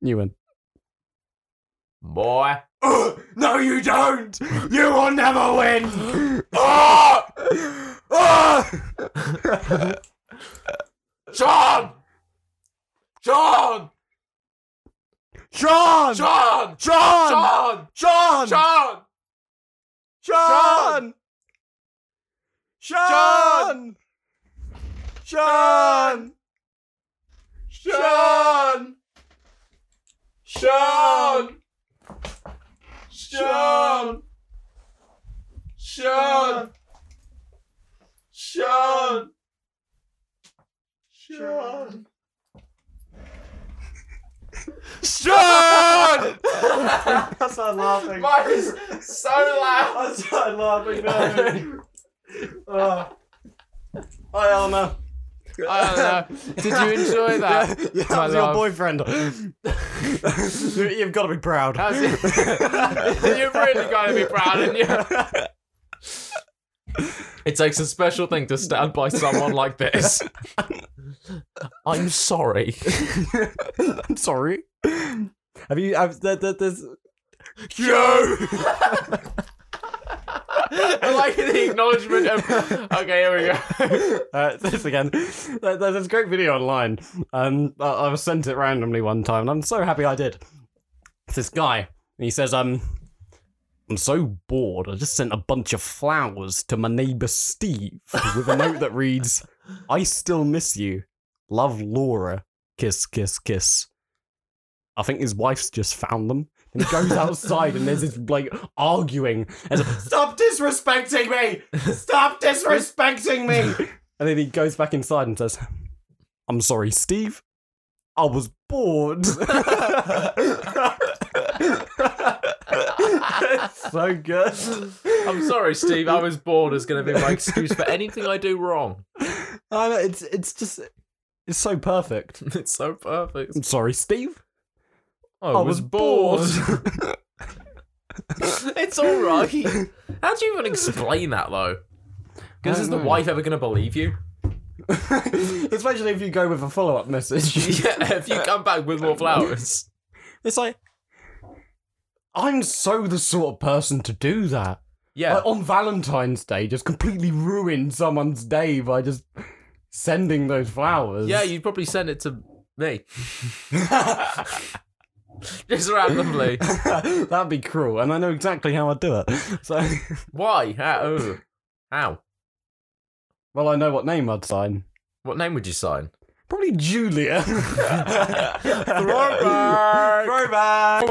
Speaker 2: You win.
Speaker 1: Boy,
Speaker 2: No, you don't. You will never win. Ah!
Speaker 1: John, John,
Speaker 2: John!
Speaker 1: John, John,
Speaker 2: John! John!
Speaker 1: John.
Speaker 2: John! John! John! John! John! John! John! John! John! John! I started laughing.
Speaker 1: Mine is so loud.
Speaker 2: I started laughing. No. oh. Hi, Elmer.
Speaker 1: I don't know. Did you enjoy that?
Speaker 2: Yeah, yeah, that
Speaker 1: my
Speaker 2: was your
Speaker 1: love?
Speaker 2: boyfriend. You- You've got to be proud.
Speaker 1: That's it. You've really got to be proud of you. It takes a special thing to stand by someone like this. I'm sorry.
Speaker 2: I'm sorry. Have you? I've, there, there, there's.
Speaker 1: Yo! I like the acknowledgement of. Okay, here we go.
Speaker 2: Uh, this again. There, there's this great video online. Um, I, I was sent it randomly one time, and I'm so happy I did. It's this guy, and he says, "Um, I'm so bored. I just sent a bunch of flowers to my neighbor Steve with a note that reads, "I still miss you. Love, Laura. Kiss, kiss, kiss." I think his wife's just found them. And he goes outside and there's this like arguing. And it's like, Stop disrespecting me! Stop disrespecting me! And then he goes back inside and says, I'm sorry, Steve. I was bored. It's so good.
Speaker 1: I'm sorry, Steve. I was bored is going to be my excuse for anything I do wrong.
Speaker 2: I know, it's it's just it's so perfect.
Speaker 1: It's so perfect.
Speaker 2: I'm sorry, Steve.
Speaker 1: I,
Speaker 2: I
Speaker 1: was
Speaker 2: was bored.
Speaker 1: bored. it's all right. How do you even explain that though?
Speaker 2: I
Speaker 1: Because is the
Speaker 2: don't know.
Speaker 1: wife ever going to believe you?
Speaker 2: Especially if you go with a follow up message.
Speaker 1: yeah, if you come back with more flowers.
Speaker 2: It's like I'm so the sort of person to do that.
Speaker 1: Yeah.
Speaker 2: Like, on Valentine's Day, just completely ruined someone's day by just sending those flowers.
Speaker 1: yeah, you'd probably send it to me. Just randomly.
Speaker 2: That'd be cruel, and I know exactly how I'd do it. So,
Speaker 1: Why? How? oh. How?
Speaker 2: well, I know what name I'd sign.
Speaker 1: What name would you sign?
Speaker 2: Probably Julia.
Speaker 1: Throwback.
Speaker 2: Throwback.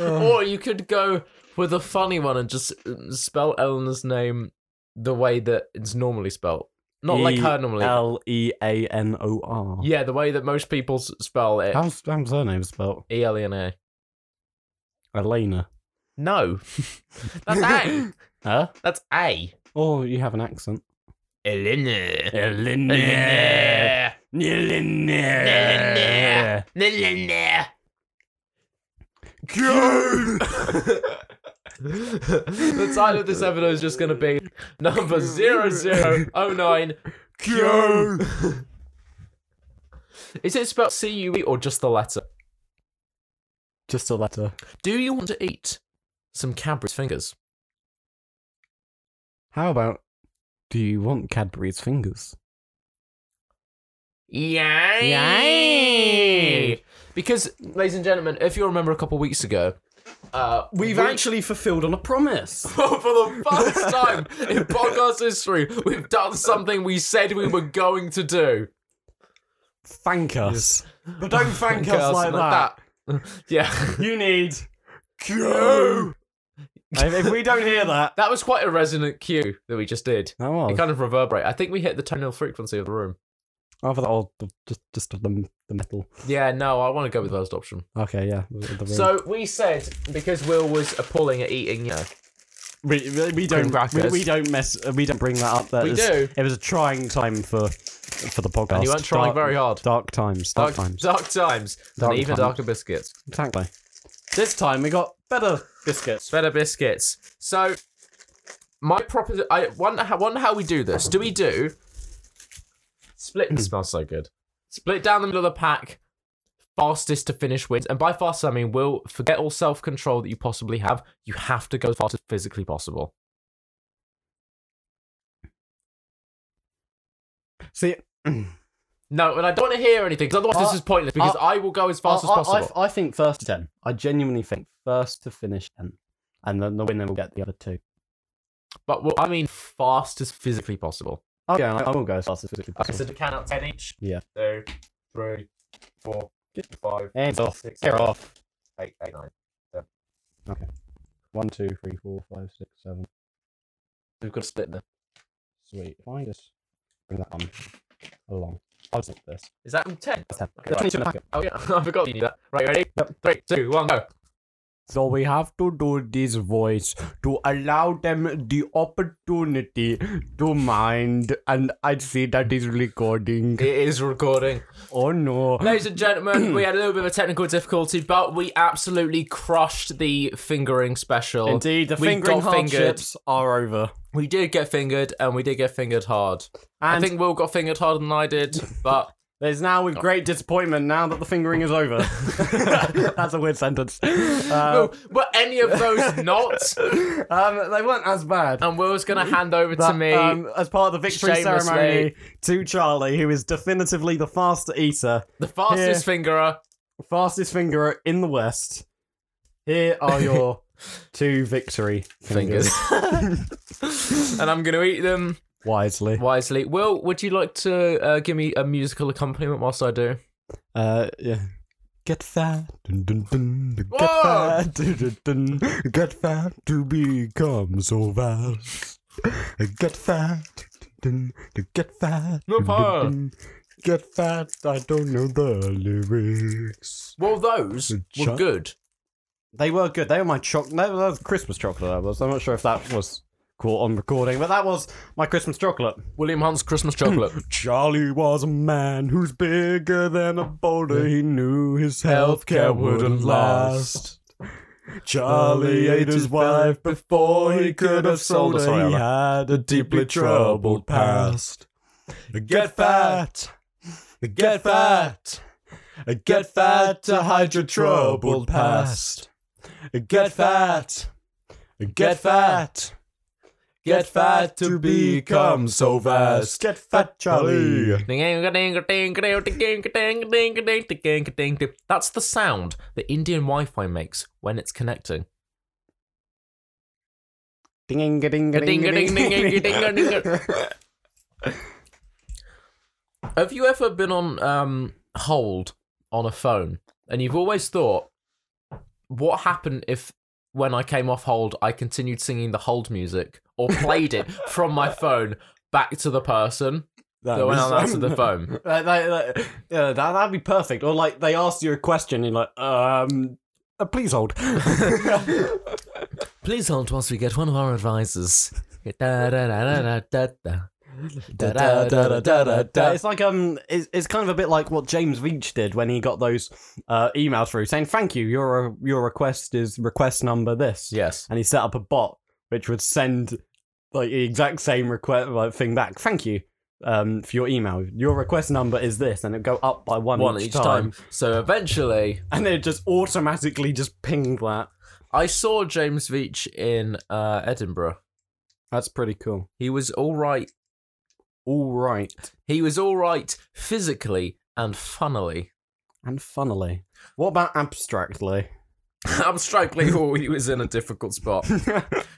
Speaker 1: Or you could go with a funny one and just uh, spell Eleanor's name the way that it's normally spelled. Not like her normally.
Speaker 2: L E A N O R.
Speaker 1: yeah, the way that most people s- spell it.
Speaker 2: How's, how's her name spelled?
Speaker 1: E L E N A.
Speaker 2: Elena.
Speaker 1: No. That's A.
Speaker 2: Huh?
Speaker 1: That's A.
Speaker 2: Oh, you have an accent.
Speaker 1: Eleanor.
Speaker 2: Elena. Elena.
Speaker 1: Eleanor. the title of this episode is just going to be number 0009. Q. Is it spelled C U E or just the letter?
Speaker 2: Just a letter.
Speaker 1: Do you want to eat some Cadbury's fingers?
Speaker 2: How about? Do you want Cadbury's fingers?
Speaker 1: Yay!
Speaker 2: Yay!
Speaker 1: Because, ladies and gentlemen, if you remember a couple weeks ago, uh,
Speaker 2: We've
Speaker 1: we-
Speaker 2: actually fulfilled on a promise.
Speaker 1: for the first time in podcast history, we've done something we said we were going to do.
Speaker 2: Thank us. But don't thank
Speaker 1: Girls,
Speaker 2: us like that.
Speaker 1: Yeah.
Speaker 2: You need Q. if if we don't hear that,
Speaker 1: That was quite a resonant cue that we just did.
Speaker 2: that was
Speaker 1: It kind of reverberate. I think we hit the tonal frequency of the room.
Speaker 2: after that. All the, just just the, the metal.
Speaker 1: Yeah, no, I want to go with the first option.
Speaker 2: Okay, yeah. the- the
Speaker 1: So we said because Will was appalling at eating, uh, you know,
Speaker 2: We, we- we don't we,
Speaker 1: crackers.
Speaker 2: we don't mess uh, we don't bring that up. That
Speaker 1: We
Speaker 2: is-
Speaker 1: do.
Speaker 2: It was a trying time for for the podcast.
Speaker 1: and you weren't trying
Speaker 2: Dark-
Speaker 1: very hard.
Speaker 2: Dark times. Dark, times.
Speaker 1: Dark times.
Speaker 2: Dark
Speaker 1: and even
Speaker 2: times.
Speaker 1: darker biscuits.
Speaker 2: Exactly. This time we got better biscuits.
Speaker 1: Better biscuits. So, my proposition. I wonder how, wonder how we do this. Do we do split? it smells so good. Split down the middle of the pack. Fastest to finish wins, and by fast I mean will forget all self control that you possibly have. You have to go as fast as physically possible.
Speaker 2: See,
Speaker 1: No, and I don't want to hear anything 'cause otherwise this
Speaker 2: I-
Speaker 1: is pointless. Because I, will go as fast
Speaker 2: I,
Speaker 1: as
Speaker 2: I- I-
Speaker 1: possible.
Speaker 2: I think first to ten. I genuinely think first to finish ten, and then the winner will get the other two.
Speaker 1: but well, I mean fast as physically possible.
Speaker 2: Okay, I, I will go as fast as physically
Speaker 1: Okay, so
Speaker 2: possible.
Speaker 1: to count out ten each.
Speaker 2: Yeah.
Speaker 1: Two, three, four, five,
Speaker 2: And off.
Speaker 1: six,
Speaker 2: Tear off.
Speaker 1: eight, eight, nine.
Speaker 2: One, two, three, four, five, six, seven.
Speaker 1: We've got to split them.
Speaker 2: Sweet. If I just bring that one along, I'll just this.
Speaker 1: Is that from ten?
Speaker 2: That's ten.
Speaker 1: That's
Speaker 2: Twenty-two and a half.
Speaker 1: Oh yeah, I forgot you knew that. Right, ready?
Speaker 2: Yep.
Speaker 1: Three, two, one, go.
Speaker 2: So we have to do this voice to allow them the opportunity to mind. And I see that is recording.
Speaker 1: It is recording.
Speaker 2: Oh no.
Speaker 1: Ladies and gentlemen, we had a little bit of a technical difficulty, but we absolutely crushed the fingering special.
Speaker 2: Indeed, the
Speaker 1: We
Speaker 2: fingering
Speaker 1: got fingered.
Speaker 2: hardships are over.
Speaker 1: We did get fingered, and we did get fingered hard. I
Speaker 2: And
Speaker 1: think Will got fingered harder than I did, but
Speaker 2: there's now with great disappointment now that the fingering is over. That's a weird sentence. Uh,
Speaker 1: Will, were any of those not?
Speaker 2: um, they weren't as bad.
Speaker 1: And Will's gonna hand over to
Speaker 2: But,
Speaker 1: me.
Speaker 2: um, as part of the victory
Speaker 1: shamelessly-
Speaker 2: ceremony to Charlie, who is definitively the faster eater
Speaker 1: the fastest fingerer.
Speaker 2: fastest fingerer in the West. Here are your two victory fingers,
Speaker 1: and I'm gonna eat them
Speaker 2: wisely.
Speaker 1: wisely. Will, would you like to uh, give me a musical accompaniment whilst I do?
Speaker 2: Uh, yeah. Get fat, dun, dun, dun, get
Speaker 1: Whoa!
Speaker 2: fat, dun, dun, dun, get fat to become so fast. Get fat, dun, dun, get fat,
Speaker 1: No
Speaker 2: dun, dun,
Speaker 1: power.
Speaker 2: dun, get fat. I don't know the lyrics.
Speaker 1: Well, those
Speaker 2: The
Speaker 1: were
Speaker 2: choc-
Speaker 1: good.
Speaker 2: They were good. They were my chocolate. That was Christmas chocolate. I was. I'm not sure if that was caught on recording, but that was my Christmas chocolate.
Speaker 1: William Hunt's Christmas chocolate.
Speaker 2: Charlie was a man who's bigger than a boulder. He knew his health care wouldn't last. Charlie ate his wife before he could have sold her. He had a deeply troubled past. Get fat, get fat, Get fat to hide your troubled past. Get fat. Get fat. Get fat to become so vast. Get fat, Charlie.
Speaker 1: That's the sound that Indian Wi Fi makes when it's connecting.
Speaker 2: Ding ding
Speaker 1: Have you ever been on um, hold on a phone and you've always thought, what happened if when I came off hold, I continued singing the hold music or played it from my phone back to the person that went on answered the phone?
Speaker 2: Like, like, like, yeah, that, that'd be perfect. Or like they ask you a question, and you're like, um, uh, please hold.
Speaker 1: Please hold whilst we get one of our advisors. Da-da-da-da-da-da.
Speaker 2: it's like um, it's, it's kind of a bit like what James Veach did when he got those uh, emails through saying, "Thank you, your your request is request number this."
Speaker 1: Yes.
Speaker 2: and he set up a bot which would send like the exact same request like, thing back. Thank you um, for your email. Your request number is this, and it'd go up by one,
Speaker 1: One each time. So eventually,
Speaker 2: and it just automatically just pinged that.
Speaker 1: I saw James Veach in uh, Edinburgh.
Speaker 2: That's pretty cool.
Speaker 1: He was all right.
Speaker 2: All right,
Speaker 1: He was all right physically and funnily.
Speaker 2: and funnily, what about abstractly?
Speaker 1: Abstractly, oh, he was in a difficult spot,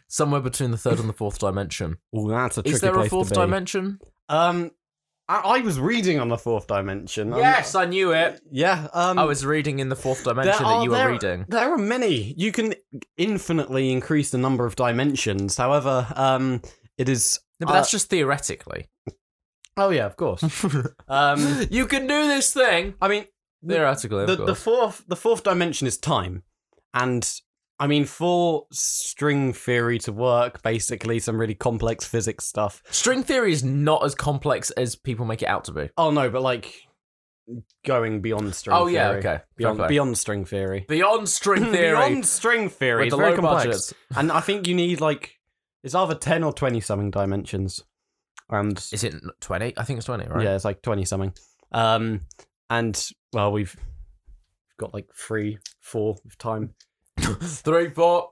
Speaker 1: somewhere between the third and the fourth dimension.
Speaker 2: Oh, that's a tricky
Speaker 1: Is there a
Speaker 2: place to
Speaker 1: fourth
Speaker 2: be.
Speaker 1: dimension?
Speaker 2: Um, I, I was reading on the fourth dimension. I'm-
Speaker 1: I knew it.
Speaker 2: yeah. Um,
Speaker 1: I was reading in the fourth dimension that
Speaker 2: are-
Speaker 1: you were
Speaker 2: there-
Speaker 1: reading.
Speaker 2: There are many. You can infinitely increase the number of dimensions. However, um, it is.
Speaker 1: No, but that's just theoretically.
Speaker 2: Oh yeah, of course. um,
Speaker 1: you can do this thing
Speaker 2: I mean,
Speaker 1: theoretically. Of
Speaker 2: the,
Speaker 1: course.
Speaker 2: the fourth the fourth dimension is time, and I mean for string theory to work, basically some really complex physics stuff.
Speaker 1: String theory is not as complex as people make it out to be.
Speaker 2: Oh no, but like going beyond string.
Speaker 1: Oh
Speaker 2: theory.
Speaker 1: yeah, okay.
Speaker 2: Beyond,
Speaker 1: Okay.
Speaker 2: beyond string theory.
Speaker 1: Beyond string theory.
Speaker 2: Beyond string theory.
Speaker 1: With
Speaker 2: it's
Speaker 1: the
Speaker 2: very
Speaker 1: low
Speaker 2: complex.
Speaker 1: budgets.
Speaker 2: and I think you need like it's either ten or twenty something dimensions. And
Speaker 1: Is it twenty? I think it's twenty, right?
Speaker 2: yeah, it's like twenty something. Um and well we've got like three, four with time.
Speaker 1: Three, four.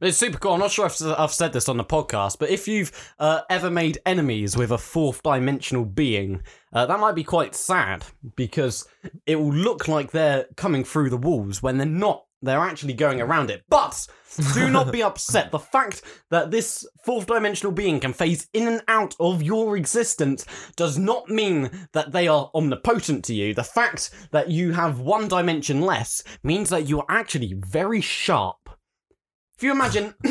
Speaker 2: It's super cool. I'm not sure if I've said this on the podcast, but if you've uh, ever made enemies with a fourth dimensional being, uh, that might be quite sad because it will look like they're coming through the walls when they're not. They're actually going around it. But do not be upset. The fact that this fourth dimensional being can phase in and out of your existence does not mean that they are omnipotent to you. The fact that you have one dimension less means that you are actually very sharp. If you imagine,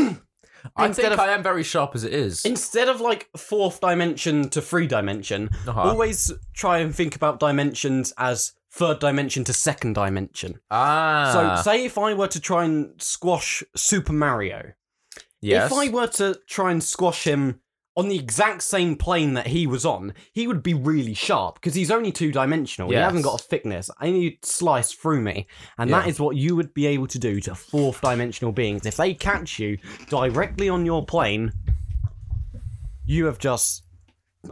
Speaker 1: I
Speaker 2: Instead
Speaker 1: think
Speaker 2: of-
Speaker 1: I am very sharp as it is.
Speaker 2: instead of like fourth dimension to three dimension,
Speaker 1: Uh-huh.
Speaker 2: always try and think about dimensions as third dimension to second dimension.
Speaker 1: ah,
Speaker 2: So, say if I were to try and squash Super Mario,
Speaker 1: yes.
Speaker 2: if I were to try and squash him on the exact same plane that he was on, he would be really sharp because he's only two dimensional. He
Speaker 1: Yes.
Speaker 2: hasn't got a thickness. I need to slice through me. And that
Speaker 1: Yeah.
Speaker 2: is what you would be able to do to fourth dimensional beings. If they catch you directly on your plane, you have just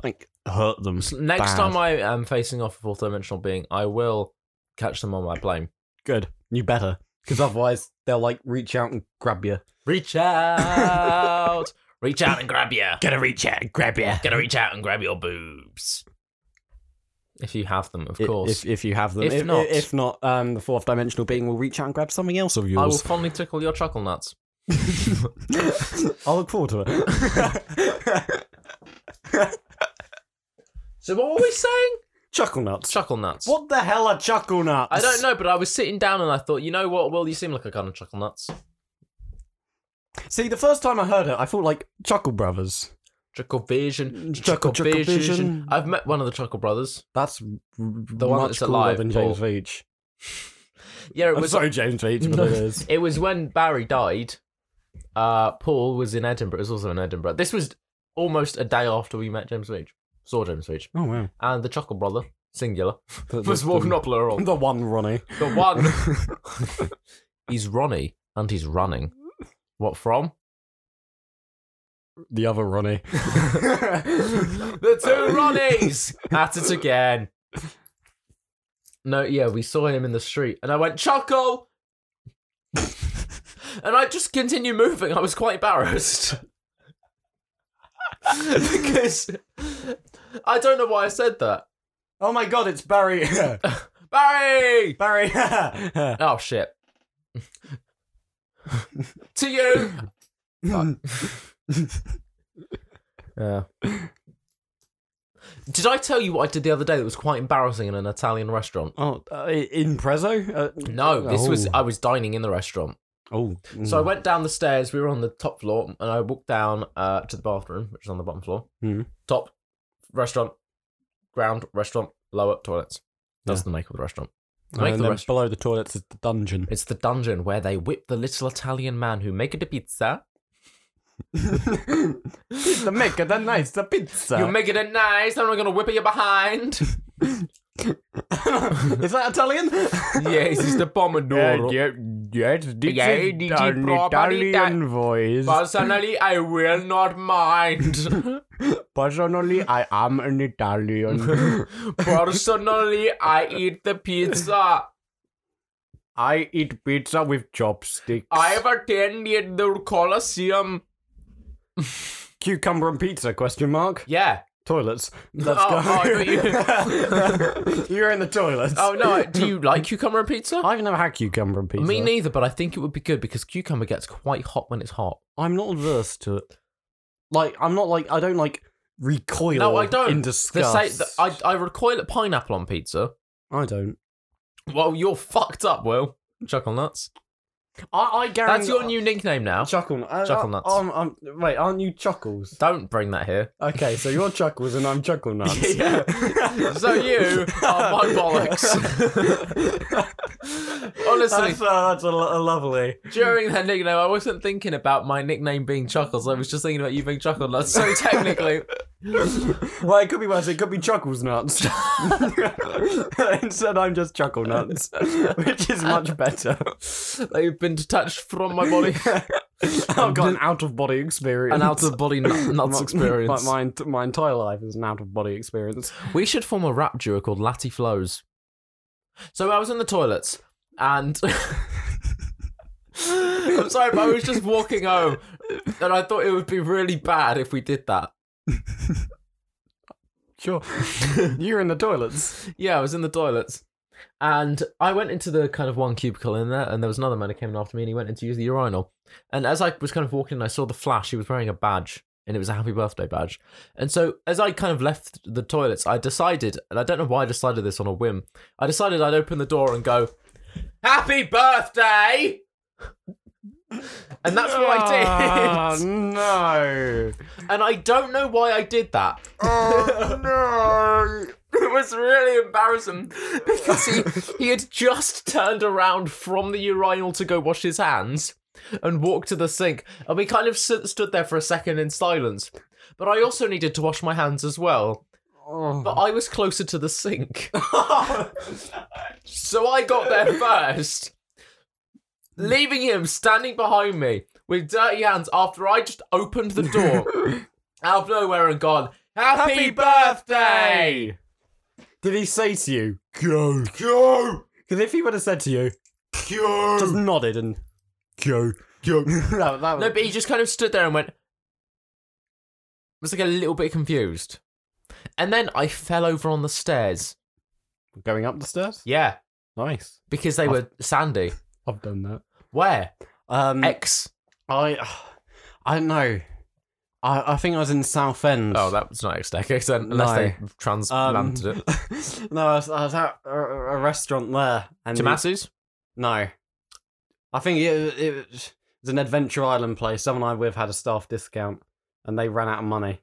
Speaker 2: like hurt them.
Speaker 1: Next
Speaker 2: bad.
Speaker 1: time I am facing off a fourth dimensional being, I will catch them on my plane.
Speaker 2: good. You better. Because otherwise they'll like reach out and grab you.
Speaker 1: Reach out, reach out and grab you.
Speaker 2: Gonna reach out and grab you.
Speaker 1: Gonna reach out and grab your boobs. If you have them, of
Speaker 2: I-
Speaker 1: course.
Speaker 2: If, if you have them.
Speaker 1: If
Speaker 2: If,
Speaker 1: not-
Speaker 2: not, if not, um, the fourth dimensional being will reach out and grab something else of
Speaker 1: I will
Speaker 2: yours.
Speaker 1: fondly tickle your chuckle nuts.
Speaker 2: I'll look forward to it.
Speaker 1: So what were we saying?
Speaker 2: chuckle nuts.
Speaker 1: Chuckle nuts.
Speaker 2: What the hell are chuckle nuts?
Speaker 1: I don't know, but I was sitting down and I thought, you know what, Will, you seem like a kind of chuckle nuts.
Speaker 2: See, the first time I heard it, I thought like Chuckle Brothers.
Speaker 1: Chuckle Vision.
Speaker 2: Chuckle- Chuckle Vision.
Speaker 1: I've met one of the Chuckle Brothers.
Speaker 2: That's the
Speaker 1: one
Speaker 2: much
Speaker 1: that's
Speaker 2: cooler
Speaker 1: alive,
Speaker 2: than
Speaker 1: Paul.
Speaker 2: James Veach.
Speaker 1: Yeah, it
Speaker 2: I'm
Speaker 1: was
Speaker 2: sorry, James Veach, but it is.
Speaker 1: It was when Barry died. Uh, Paul was in Edinburgh. It was also in Edinburgh. This was almost a day after we met James Veach. Saw James Veach.
Speaker 2: Oh wow,
Speaker 1: And the Chuckle Brother, singular,
Speaker 2: the,
Speaker 1: was
Speaker 2: the-
Speaker 1: walking up plural.
Speaker 2: the one Ronnie.
Speaker 1: The one. he's Ronnie and he's running. What from?
Speaker 2: The other Ronnie.
Speaker 1: The two Ronnies! At it again. No, yeah, we saw him in the street, and I went Choco, and I just continued moving. I was quite embarrassed because I don't know why I said that.
Speaker 2: Oh my god, it's Barry.
Speaker 1: Barry,
Speaker 2: Barry.
Speaker 1: Oh shit. to you. Yeah. Did I tell you what I did the other day that was quite embarrassing in an Italian restaurant?
Speaker 2: oh, uh, in Prezzo? Uh,
Speaker 1: No, this was
Speaker 2: Oh.
Speaker 1: I was dining in the restaurant.
Speaker 2: oh,
Speaker 1: So I went down the stairs. We were on the top floor, and I walked down uh, to the bathroom, which is on the bottom floor.
Speaker 2: Mhm.
Speaker 1: Top restaurant, ground restaurant, lower toilets. That's the make of the restaurant. The make of
Speaker 2: and
Speaker 1: the
Speaker 2: then
Speaker 1: restaurant.
Speaker 2: below the toilets is the dungeon.
Speaker 1: It's the dungeon where they whip the little Italian man who make it a pizza.
Speaker 2: It's the maker, the nice, the pizza.
Speaker 1: You make it a nice, and we're gonna whip you behind.
Speaker 2: is that Italian?
Speaker 1: yes, it's the pomodoro.
Speaker 2: yes, this
Speaker 1: Yeah, is this is an proper Italian
Speaker 2: voice.
Speaker 1: Personally, I will not mind.
Speaker 2: Personally, I am an Italian.
Speaker 1: Personally, I eat the pizza.
Speaker 2: I eat pizza with chopsticks.
Speaker 1: I've attended the Colosseum.
Speaker 2: cucumber and pizza? Question mark.
Speaker 1: Yeah.
Speaker 2: Toilets. Let's
Speaker 1: Oh, oh, I
Speaker 2: go. you... are in the toilets.
Speaker 1: Oh no, do you like cucumber and pizza?
Speaker 2: I've never had cucumber and pizza.
Speaker 1: Me neither, but I think it would be good because cucumber gets quite hot when it's hot.
Speaker 2: I'm not averse to it. Like, I'm not like I don't like recoil.
Speaker 1: No, I don't.
Speaker 2: In
Speaker 1: They
Speaker 2: disgust.
Speaker 1: say that I, I recoil at pineapple on pizza.
Speaker 2: I don't.
Speaker 1: Well, you're fucked up, Will. Chuckle nuts.
Speaker 2: I, I guarantee.
Speaker 1: That's your new nickname now.
Speaker 2: chuckle. Uh,
Speaker 1: Chuckle nuts.
Speaker 2: Um, um, wait, aren't you chuckles?
Speaker 1: Don't bring that here.
Speaker 2: Okay, so you're chuckles and I'm chuckle nuts.
Speaker 1: Yeah. So you are my
Speaker 2: bollocks.
Speaker 1: Honestly,
Speaker 2: That's, uh, that's a, lo- a lovely.
Speaker 1: during that nickname, I wasn't thinking about my nickname being Chuckles. I was just thinking about you being Chuckle Nuts. So technically,
Speaker 2: Well, it could be worse. It could be chuckles nuts. Instead, I'm just chuckle nuts, which is much better.
Speaker 1: they've been detached from my body.
Speaker 2: I've got an out of body experience.
Speaker 1: An out of body nu- nuts
Speaker 2: My-
Speaker 1: experience.
Speaker 2: My, my, my entire life is an out of body experience.
Speaker 1: We should form a rap duo called Latty Flows. So I was in the toilets and I'm sorry, but I was just walking home and I thought it would be really bad if we did that.
Speaker 2: Sure. You're in the toilets.
Speaker 1: Yeah, I was in the toilets. And I went into the kind of one cubicle in there, and there was another man who came in after me and he went in to use the urinal. And as I was kind of walking in, I saw the flash, he was wearing a badge. And it was a happy birthday badge. And so, as I kind of left the toilets, I decided, and I don't know why I decided this on a whim, I decided I'd open the door and go, Happy birthday! And that's what I
Speaker 2: Oh, no.
Speaker 1: did. And I don't know why I did that.
Speaker 2: Oh, no.
Speaker 1: It was really embarrassing because he, he had just turned around from the urinal to go wash his hands and walked to the sink. And we kind of st- stood there for a second in silence. But I also needed to wash my hands as well. But I was closer to the sink. so I got there first, leaving him standing behind me with dirty hands after I just opened the door out of nowhere and gone, Happy, birthday!
Speaker 2: Did he say to you, go, go? Because if he would have said to you, go, just nodded and go, go. that, that
Speaker 1: No,
Speaker 2: would-
Speaker 1: but he just kind of stood there and went. Was like a little bit confused, and then I fell over on the stairs.
Speaker 2: Going up the stairs?
Speaker 1: Yeah,
Speaker 2: Nice.
Speaker 1: because they were sandy.
Speaker 2: I've done that.
Speaker 1: Where
Speaker 2: Um,
Speaker 1: X?
Speaker 2: I, I don't know. I, I think I was in Southend.
Speaker 1: Oh, that was not X decade. Unless
Speaker 2: No.
Speaker 1: they transplanted it.
Speaker 2: Um, no, I was, I was at a, a restaurant there. and the-
Speaker 1: Tomasu's?
Speaker 2: No. I think it, it was an Adventure Island place. Someone I with had a staff discount and they ran out of money.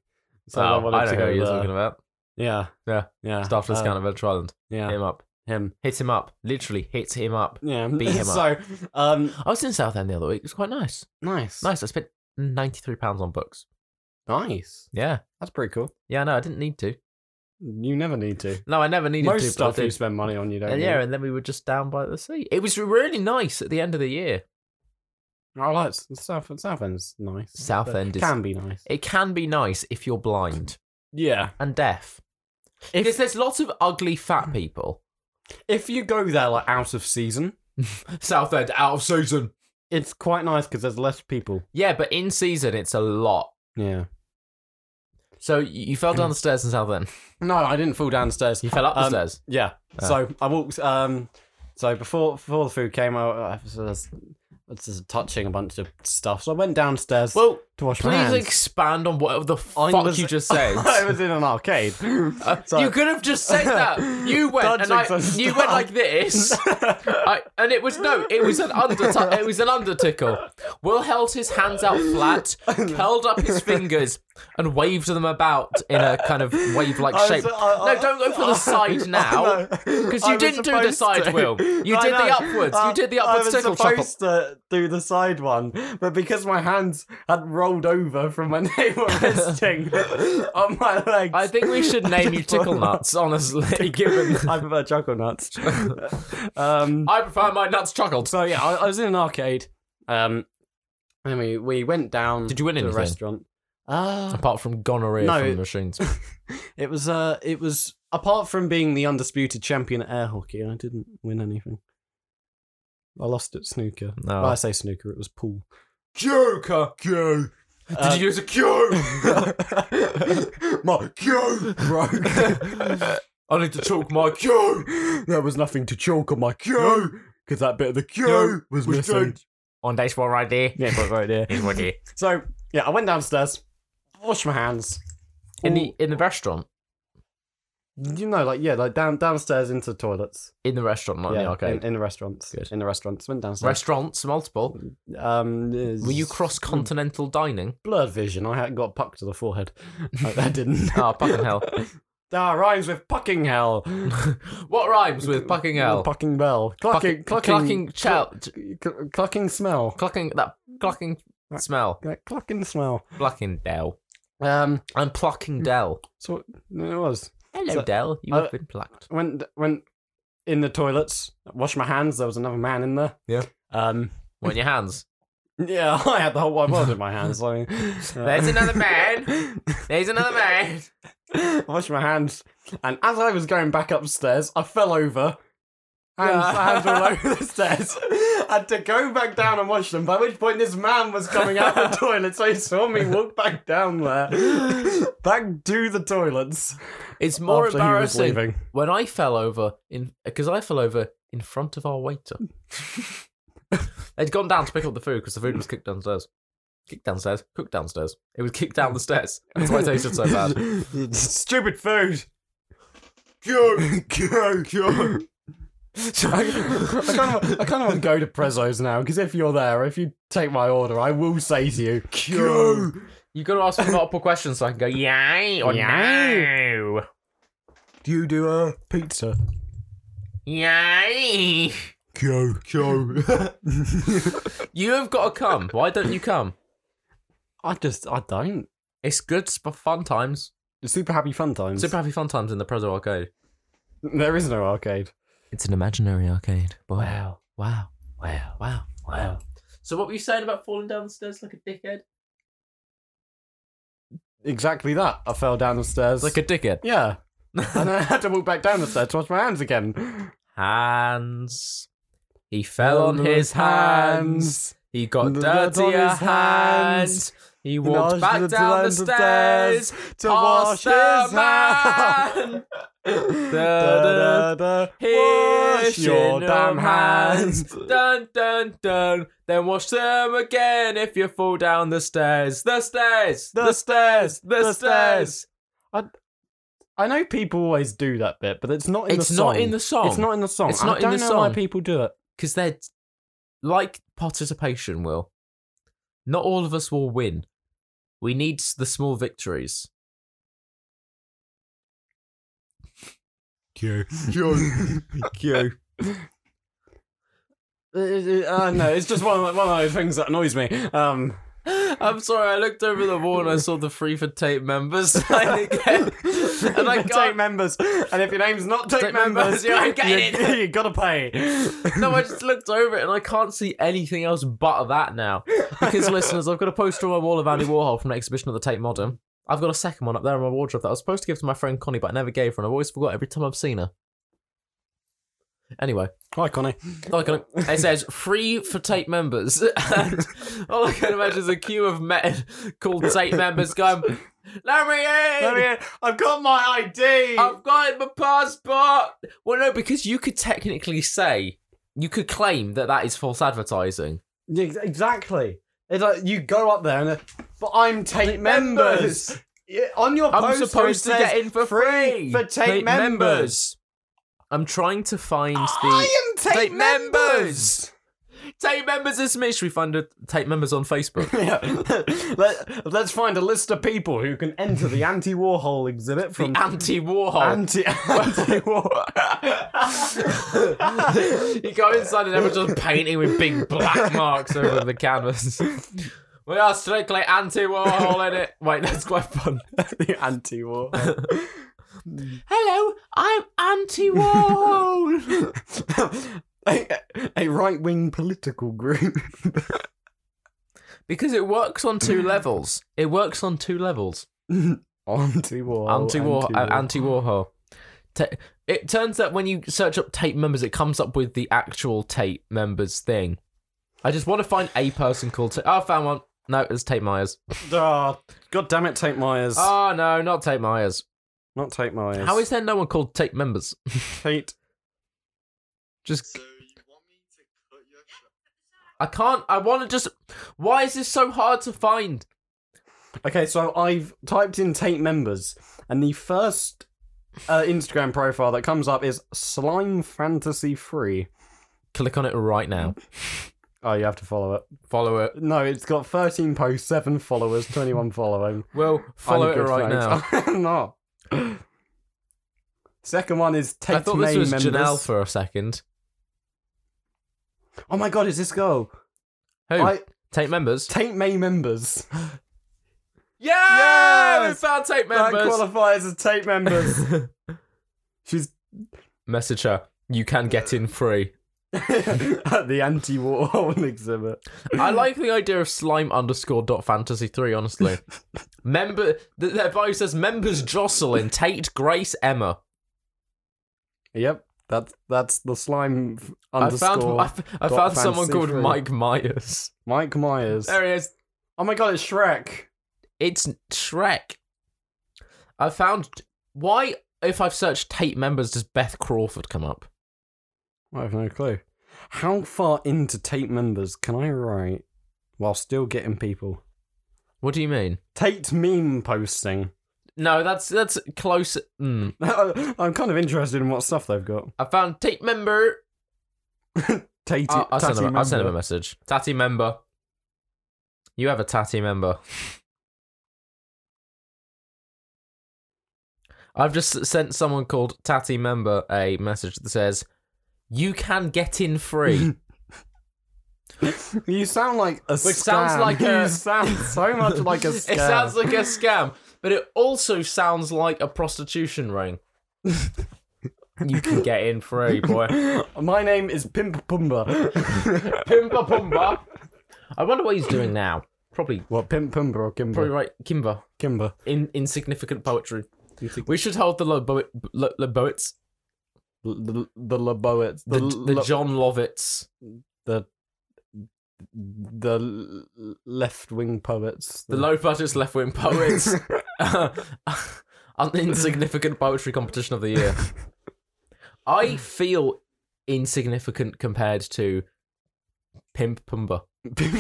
Speaker 2: So I
Speaker 1: oh,
Speaker 2: wanted
Speaker 1: I know
Speaker 2: to
Speaker 1: who
Speaker 2: go
Speaker 1: you're
Speaker 2: there.
Speaker 1: talking about.
Speaker 2: Yeah.
Speaker 1: Yeah.
Speaker 2: Yeah.
Speaker 1: Staff
Speaker 2: Uh,
Speaker 1: discount at Venture Island. Hit
Speaker 2: Yeah.
Speaker 1: him up.
Speaker 2: Him.
Speaker 1: Hit him up. Literally hit him up.
Speaker 2: Yeah.
Speaker 1: Beat him
Speaker 2: so, um,
Speaker 1: I was in Southend the other week. It was quite nice.
Speaker 2: nice.
Speaker 1: Nice. I spent ninety three pounds on books.
Speaker 2: Nice.
Speaker 1: Yeah.
Speaker 2: That's pretty cool.
Speaker 1: Yeah. No, I didn't need to.
Speaker 2: You never need to.
Speaker 1: No, I never needed
Speaker 2: Most
Speaker 1: to. but I
Speaker 2: stuff you
Speaker 1: did.
Speaker 2: spend money on, you don't.
Speaker 1: And yeah, and then we were just down by the sea. It was really nice at the end of the year.
Speaker 2: need. I like s- South Southend's nice.
Speaker 1: Southend
Speaker 2: But
Speaker 1: is-
Speaker 2: can be nice.
Speaker 1: It can be nice if you're blind
Speaker 2: Yeah.
Speaker 1: and deaf. Because there's lots of ugly fat people
Speaker 2: If you go there like out of season,
Speaker 1: South End out of season.
Speaker 2: it's quite nice because there's less people.
Speaker 1: Yeah, but in season it's a lot.
Speaker 2: Yeah.
Speaker 1: So you you fell down the stairs in South End.
Speaker 2: No, I didn't fall downstairs.
Speaker 1: You fell up the
Speaker 2: Um,
Speaker 1: stairs.
Speaker 2: Yeah.
Speaker 1: Ah.
Speaker 2: So I walked. Um. So before before the food came, I, I was, just- I was just touching a bunch of stuff. So I went downstairs
Speaker 1: Well,
Speaker 2: to wash my
Speaker 1: please
Speaker 2: hands.
Speaker 1: expand on whatever the
Speaker 2: I
Speaker 1: fuck
Speaker 2: was-
Speaker 1: you just said.
Speaker 2: I was in an arcade. So-
Speaker 1: you could have just said that. You went and I,
Speaker 2: Dodging some
Speaker 1: you went like this, I, and it was no, it was an under, it was an undertickle. Will held his hands out flat, curled up his fingers, and waved them about in a kind of wave-like
Speaker 2: I was- uh,
Speaker 1: shape.
Speaker 2: I- I-
Speaker 1: no, don't go for the side
Speaker 2: I
Speaker 1: now,
Speaker 2: know.
Speaker 1: because
Speaker 2: I
Speaker 1: Oh, you
Speaker 2: was
Speaker 1: didn't do the
Speaker 2: supposed
Speaker 1: side,
Speaker 2: to.
Speaker 1: Will. You
Speaker 2: I
Speaker 1: did the
Speaker 2: know.
Speaker 1: upwards.
Speaker 2: Uh,
Speaker 1: you did the upwards
Speaker 2: I was
Speaker 1: tickle chuckle.
Speaker 2: supposed to do the side one, but because my hands had rolled over from when they were resting on my legs.
Speaker 1: I think we should name you Tickle Nuts, honestly, given.
Speaker 2: I prefer chuckle nuts. um,
Speaker 1: I prefer my nuts chuckled.
Speaker 2: so yeah, I, I was in an arcade. Um, and we we went down.
Speaker 1: Did you win
Speaker 2: to
Speaker 1: anything?
Speaker 2: a restaurant? Uh,
Speaker 1: Apart from gonorrhea
Speaker 2: No,
Speaker 1: from
Speaker 2: it-
Speaker 1: machines.
Speaker 2: it was uh, it was apart from being the undisputed champion at air hockey, I didn't win anything. I lost at snooker.
Speaker 1: No.
Speaker 2: Well, I say snooker, it was pool.
Speaker 1: Joker, Q. Did
Speaker 2: Um,
Speaker 1: you use a Q?
Speaker 2: my cue broke.
Speaker 1: I need to talk my Q.
Speaker 2: there was nothing to chalk on my cue
Speaker 1: No.
Speaker 2: because that bit of the cue
Speaker 1: No,
Speaker 2: was
Speaker 1: we
Speaker 2: missing.
Speaker 1: don't. On this one right there.
Speaker 2: Yeah, right, right there.
Speaker 1: Here's one here.
Speaker 2: So yeah, I went downstairs, washed my hands.
Speaker 1: In the in the restaurant.
Speaker 2: you know, like yeah, like down downstairs into the toilets.
Speaker 1: In the restaurant, not
Speaker 2: yeah,
Speaker 1: in the arcade.
Speaker 2: in, in the restaurants.
Speaker 1: Good.
Speaker 2: In the restaurants, went downstairs.
Speaker 1: Restaurants, multiple.
Speaker 2: um,
Speaker 1: Were you cross continental dining?
Speaker 2: blurred vision? I had got pucked to the forehead. I, I didn't.
Speaker 1: Oh, fucking hell.
Speaker 2: That rhymes with pucking hell.
Speaker 1: what rhymes with fucking hell?
Speaker 2: Pucking bell.
Speaker 1: Fucking-
Speaker 2: Clucking.
Speaker 1: clucking,
Speaker 2: clucking.
Speaker 1: chow-
Speaker 2: cl- clucking smell.
Speaker 1: clucking, that clucking smell.
Speaker 2: That clucking smell.
Speaker 1: Plucking Dell.
Speaker 2: Um.
Speaker 1: I'm plucking Dell. uh,
Speaker 2: So it
Speaker 1: Mm.
Speaker 2: was.
Speaker 1: Hello,
Speaker 2: So-
Speaker 1: Dell. You
Speaker 2: I-
Speaker 1: have been plucked.
Speaker 2: Went went in the toilets. Washed my hands. There was another man in there.
Speaker 1: Yeah.
Speaker 2: Um.
Speaker 1: What in your hands?
Speaker 2: Yeah, I had the whole wide world in my hands. I mean,
Speaker 1: There's another man. There's another man.
Speaker 2: I washed my hands, and as I was going back upstairs, I fell over. Hands,
Speaker 1: Yeah.
Speaker 2: hands all over the stairs. I had to go back down and wash them, by which point this man was coming out the toilet, so he saw me walk back down there. Back to the toilets.
Speaker 1: It's more
Speaker 2: after he was
Speaker 1: embarrassing
Speaker 2: leaving.
Speaker 1: when I fell over in because I fell over in front of our waiter. They'd gone down to pick up the food because the food was kicked downstairs. Kicked downstairs, cooked downstairs. It was kicked down the stairs. That's why it tasted so bad.
Speaker 2: Stupid food. Oh,
Speaker 1: Go,
Speaker 2: I, I kind of, I kind of want to go to Prezzo's now because if you're there, if you take my order, I will say to you,
Speaker 1: Go. You gotta ask me multiple questions so I can go yay or
Speaker 2: Yay.
Speaker 1: no.
Speaker 2: Do you do a pizza?
Speaker 1: Yay.
Speaker 2: Go, go.
Speaker 1: You have gotta come. Why don't you come?
Speaker 2: I just, I don't.
Speaker 1: It's good for fun times.
Speaker 2: It's super happy fun times.
Speaker 1: Super happy fun times in the Prezo arcade.
Speaker 2: there is no arcade.
Speaker 1: It's an imaginary arcade. Boy.
Speaker 2: Wow,
Speaker 1: Wow.
Speaker 2: wow,
Speaker 1: Wow.
Speaker 2: wow.
Speaker 1: So what were you saying about falling down the stairs like a dickhead?
Speaker 2: Exactly that. I fell down the stairs.
Speaker 1: Like a dickhead.
Speaker 2: yeah. and I had to walk back down the stairs to wash my hands again.
Speaker 1: Hands. He fell on his hands. He got
Speaker 2: Dirt on
Speaker 1: dirtier
Speaker 2: his hands.
Speaker 1: hands. He walked back down the stairs.
Speaker 2: to
Speaker 1: past
Speaker 2: wash his
Speaker 1: the man.
Speaker 2: hands. Da, da, da. Wash
Speaker 1: Washing
Speaker 2: your damn
Speaker 1: them
Speaker 2: hands.
Speaker 1: Dun dun dun. Then wash them again if you fall down the stairs. The stairs. The,
Speaker 2: The
Speaker 1: stairs. The,
Speaker 2: the
Speaker 1: stairs.
Speaker 2: stairs. I know people always do that bit, but it's not in
Speaker 1: It's
Speaker 2: the song.
Speaker 1: not in the song.
Speaker 2: It's not in the song.
Speaker 1: It's
Speaker 2: I
Speaker 1: not in
Speaker 2: don't
Speaker 1: the
Speaker 2: know why
Speaker 1: song.
Speaker 2: people do it.
Speaker 1: because they're like participation will not all of us will win we need the small victories
Speaker 2: Q. Q. Q. Uh, no, it's just one of, one of those things that annoys me. Um,
Speaker 1: i'm sorry i looked over the wall and i saw the free for tape members sign again and i
Speaker 2: take
Speaker 1: can't
Speaker 2: members, and if your name's not take,
Speaker 1: Take members,
Speaker 2: members,
Speaker 1: you ain't getting
Speaker 2: you,
Speaker 1: it.
Speaker 2: You gotta pay.
Speaker 1: no i just looked over it and i can't see anything else but that now because listeners i've got a poster on my wall of andy warhol from an exhibition at the tate modern i've got a second one up there in my wardrobe that i was supposed to give to my friend connie but i never gave her and i always forgot every time i've seen her Anyway,
Speaker 2: Hi, Connie.
Speaker 1: all I can, it says free for Tate members. and all I can imagine is a queue of men called Tate members going, Let me in!
Speaker 2: I've got my ID.
Speaker 1: I've got my passport. Well, no, because you could technically say, you could claim that that is false advertising.
Speaker 2: Yeah, ex- exactly. It's like you go up there and, they're, but I'm Tate members. Yeah, on your
Speaker 1: I'm
Speaker 2: poster it
Speaker 1: supposed to
Speaker 2: says,
Speaker 1: get in for free
Speaker 2: free for Tate members." Ah,
Speaker 1: I'm trying to find the
Speaker 2: I am Tate,
Speaker 1: Tate
Speaker 2: members.
Speaker 1: Tate members is me. Should we find a Tate members on Facebook?
Speaker 2: yeah. Let, let's find a list of people who can enter the anti Warhol exhibit from
Speaker 1: Anti Warhol.
Speaker 2: anti anti Warhol.
Speaker 1: you go inside and everyone's just painting with big black marks over the canvas. We are strictly anti Warhol in it. Wait, that's quite fun.
Speaker 2: the anti war.
Speaker 1: Hello, I'm anti Warhol.
Speaker 2: a, a right wing political group.
Speaker 1: Because it works on two levels. It works on two levels.
Speaker 2: anti war.
Speaker 1: Anti war, uh, anti Warhol. Ta- It turns out when you search up Tate members, it comes up with the actual Tate members thing. I just want to find a person called Tate. Oh, I found one. No, it's Tate Myers.
Speaker 2: Oh, God damn it, Tate Myers.
Speaker 1: Oh no, not Tate Myers.
Speaker 2: Not Tate Myers.
Speaker 1: How is there no one called Tate members?
Speaker 2: Tate?
Speaker 1: Just
Speaker 3: So you want me to cut your shot?
Speaker 1: I can't. I want to just. Why is this so hard to find?
Speaker 2: Okay, so I've typed in Tate members, and the first uh, Instagram profile that comes up is Slime Fantasy Free.
Speaker 1: Click on it right now.
Speaker 2: Oh, you have to follow it.
Speaker 1: Follow it.
Speaker 2: No, it's got 13 posts, 7 followers, 21 following.
Speaker 1: Well, follow
Speaker 2: I'm
Speaker 1: it
Speaker 2: good,
Speaker 1: right now.
Speaker 2: thanks. I'm not. Second one is Tate
Speaker 1: I thought
Speaker 2: May
Speaker 1: this was
Speaker 2: members.
Speaker 1: Janelle for a second.
Speaker 2: Oh my god, is this girl?
Speaker 1: Who?
Speaker 2: I
Speaker 1: Tate members.
Speaker 2: Tate May members.
Speaker 1: Yeah,
Speaker 2: Yes!
Speaker 1: we found Tate
Speaker 2: That
Speaker 1: members.
Speaker 2: qualifies as Tate members. She's
Speaker 1: Message her. You can get in free.
Speaker 2: at the anti-war exhibit.
Speaker 1: I like the idea of slime underscore dot fantasy three. Honestly, member th- their bio says members Jocelyn, Tate, Grace, Emma.
Speaker 2: Yep, that's that's the slime f-
Speaker 1: I found
Speaker 2: underscore
Speaker 1: I, f- I
Speaker 2: dot
Speaker 1: found someone
Speaker 2: fantasy
Speaker 1: called
Speaker 2: three.
Speaker 1: Mike Myers.
Speaker 2: Mike Myers.
Speaker 1: There he is.
Speaker 2: Oh my god, it's Shrek.
Speaker 1: It's Shrek. I found why if I've searched Tate members does Beth Crawford come up?
Speaker 2: I have no clue. How far into Tate members can I write while still getting people?
Speaker 1: What do you mean?
Speaker 2: Tate meme posting.
Speaker 1: No, that's that's close. Mm.
Speaker 2: I'm kind of interested in what stuff they've got.
Speaker 1: I found Tate member.
Speaker 2: Tate,
Speaker 1: I'll, I'll send
Speaker 2: tatty
Speaker 1: him, a- I'll send him a
Speaker 2: member.
Speaker 1: message. Tatty member. You have a tatty member. I've just sent someone called Tatty Member a message that says, You can get in free.
Speaker 2: You sound like a scam.
Speaker 1: Which sounds like a-
Speaker 2: you sound so much like a scam.
Speaker 1: it sounds like a scam, but it also sounds like a prostitution ring. you can get in free, boy.
Speaker 2: My name is Pimp Pumba.
Speaker 1: Pimba Pumba. I wonder what he's doing now. Probably,
Speaker 2: what, Pimp Pumba or Kimba?
Speaker 1: probably right, Kimber.
Speaker 2: Kimba.
Speaker 1: in insignificant poetry. We should hold the Loboet, Lo, Loboets,
Speaker 2: L- the the Loboets.
Speaker 1: the,
Speaker 2: l-
Speaker 1: the
Speaker 2: lo-
Speaker 1: John Lovitz,
Speaker 2: the the left wing poets.
Speaker 1: the low budget left wing poets, an insignificant poetry competition of the year. I feel insignificant compared to Pimp Pumba.
Speaker 2: Pimp,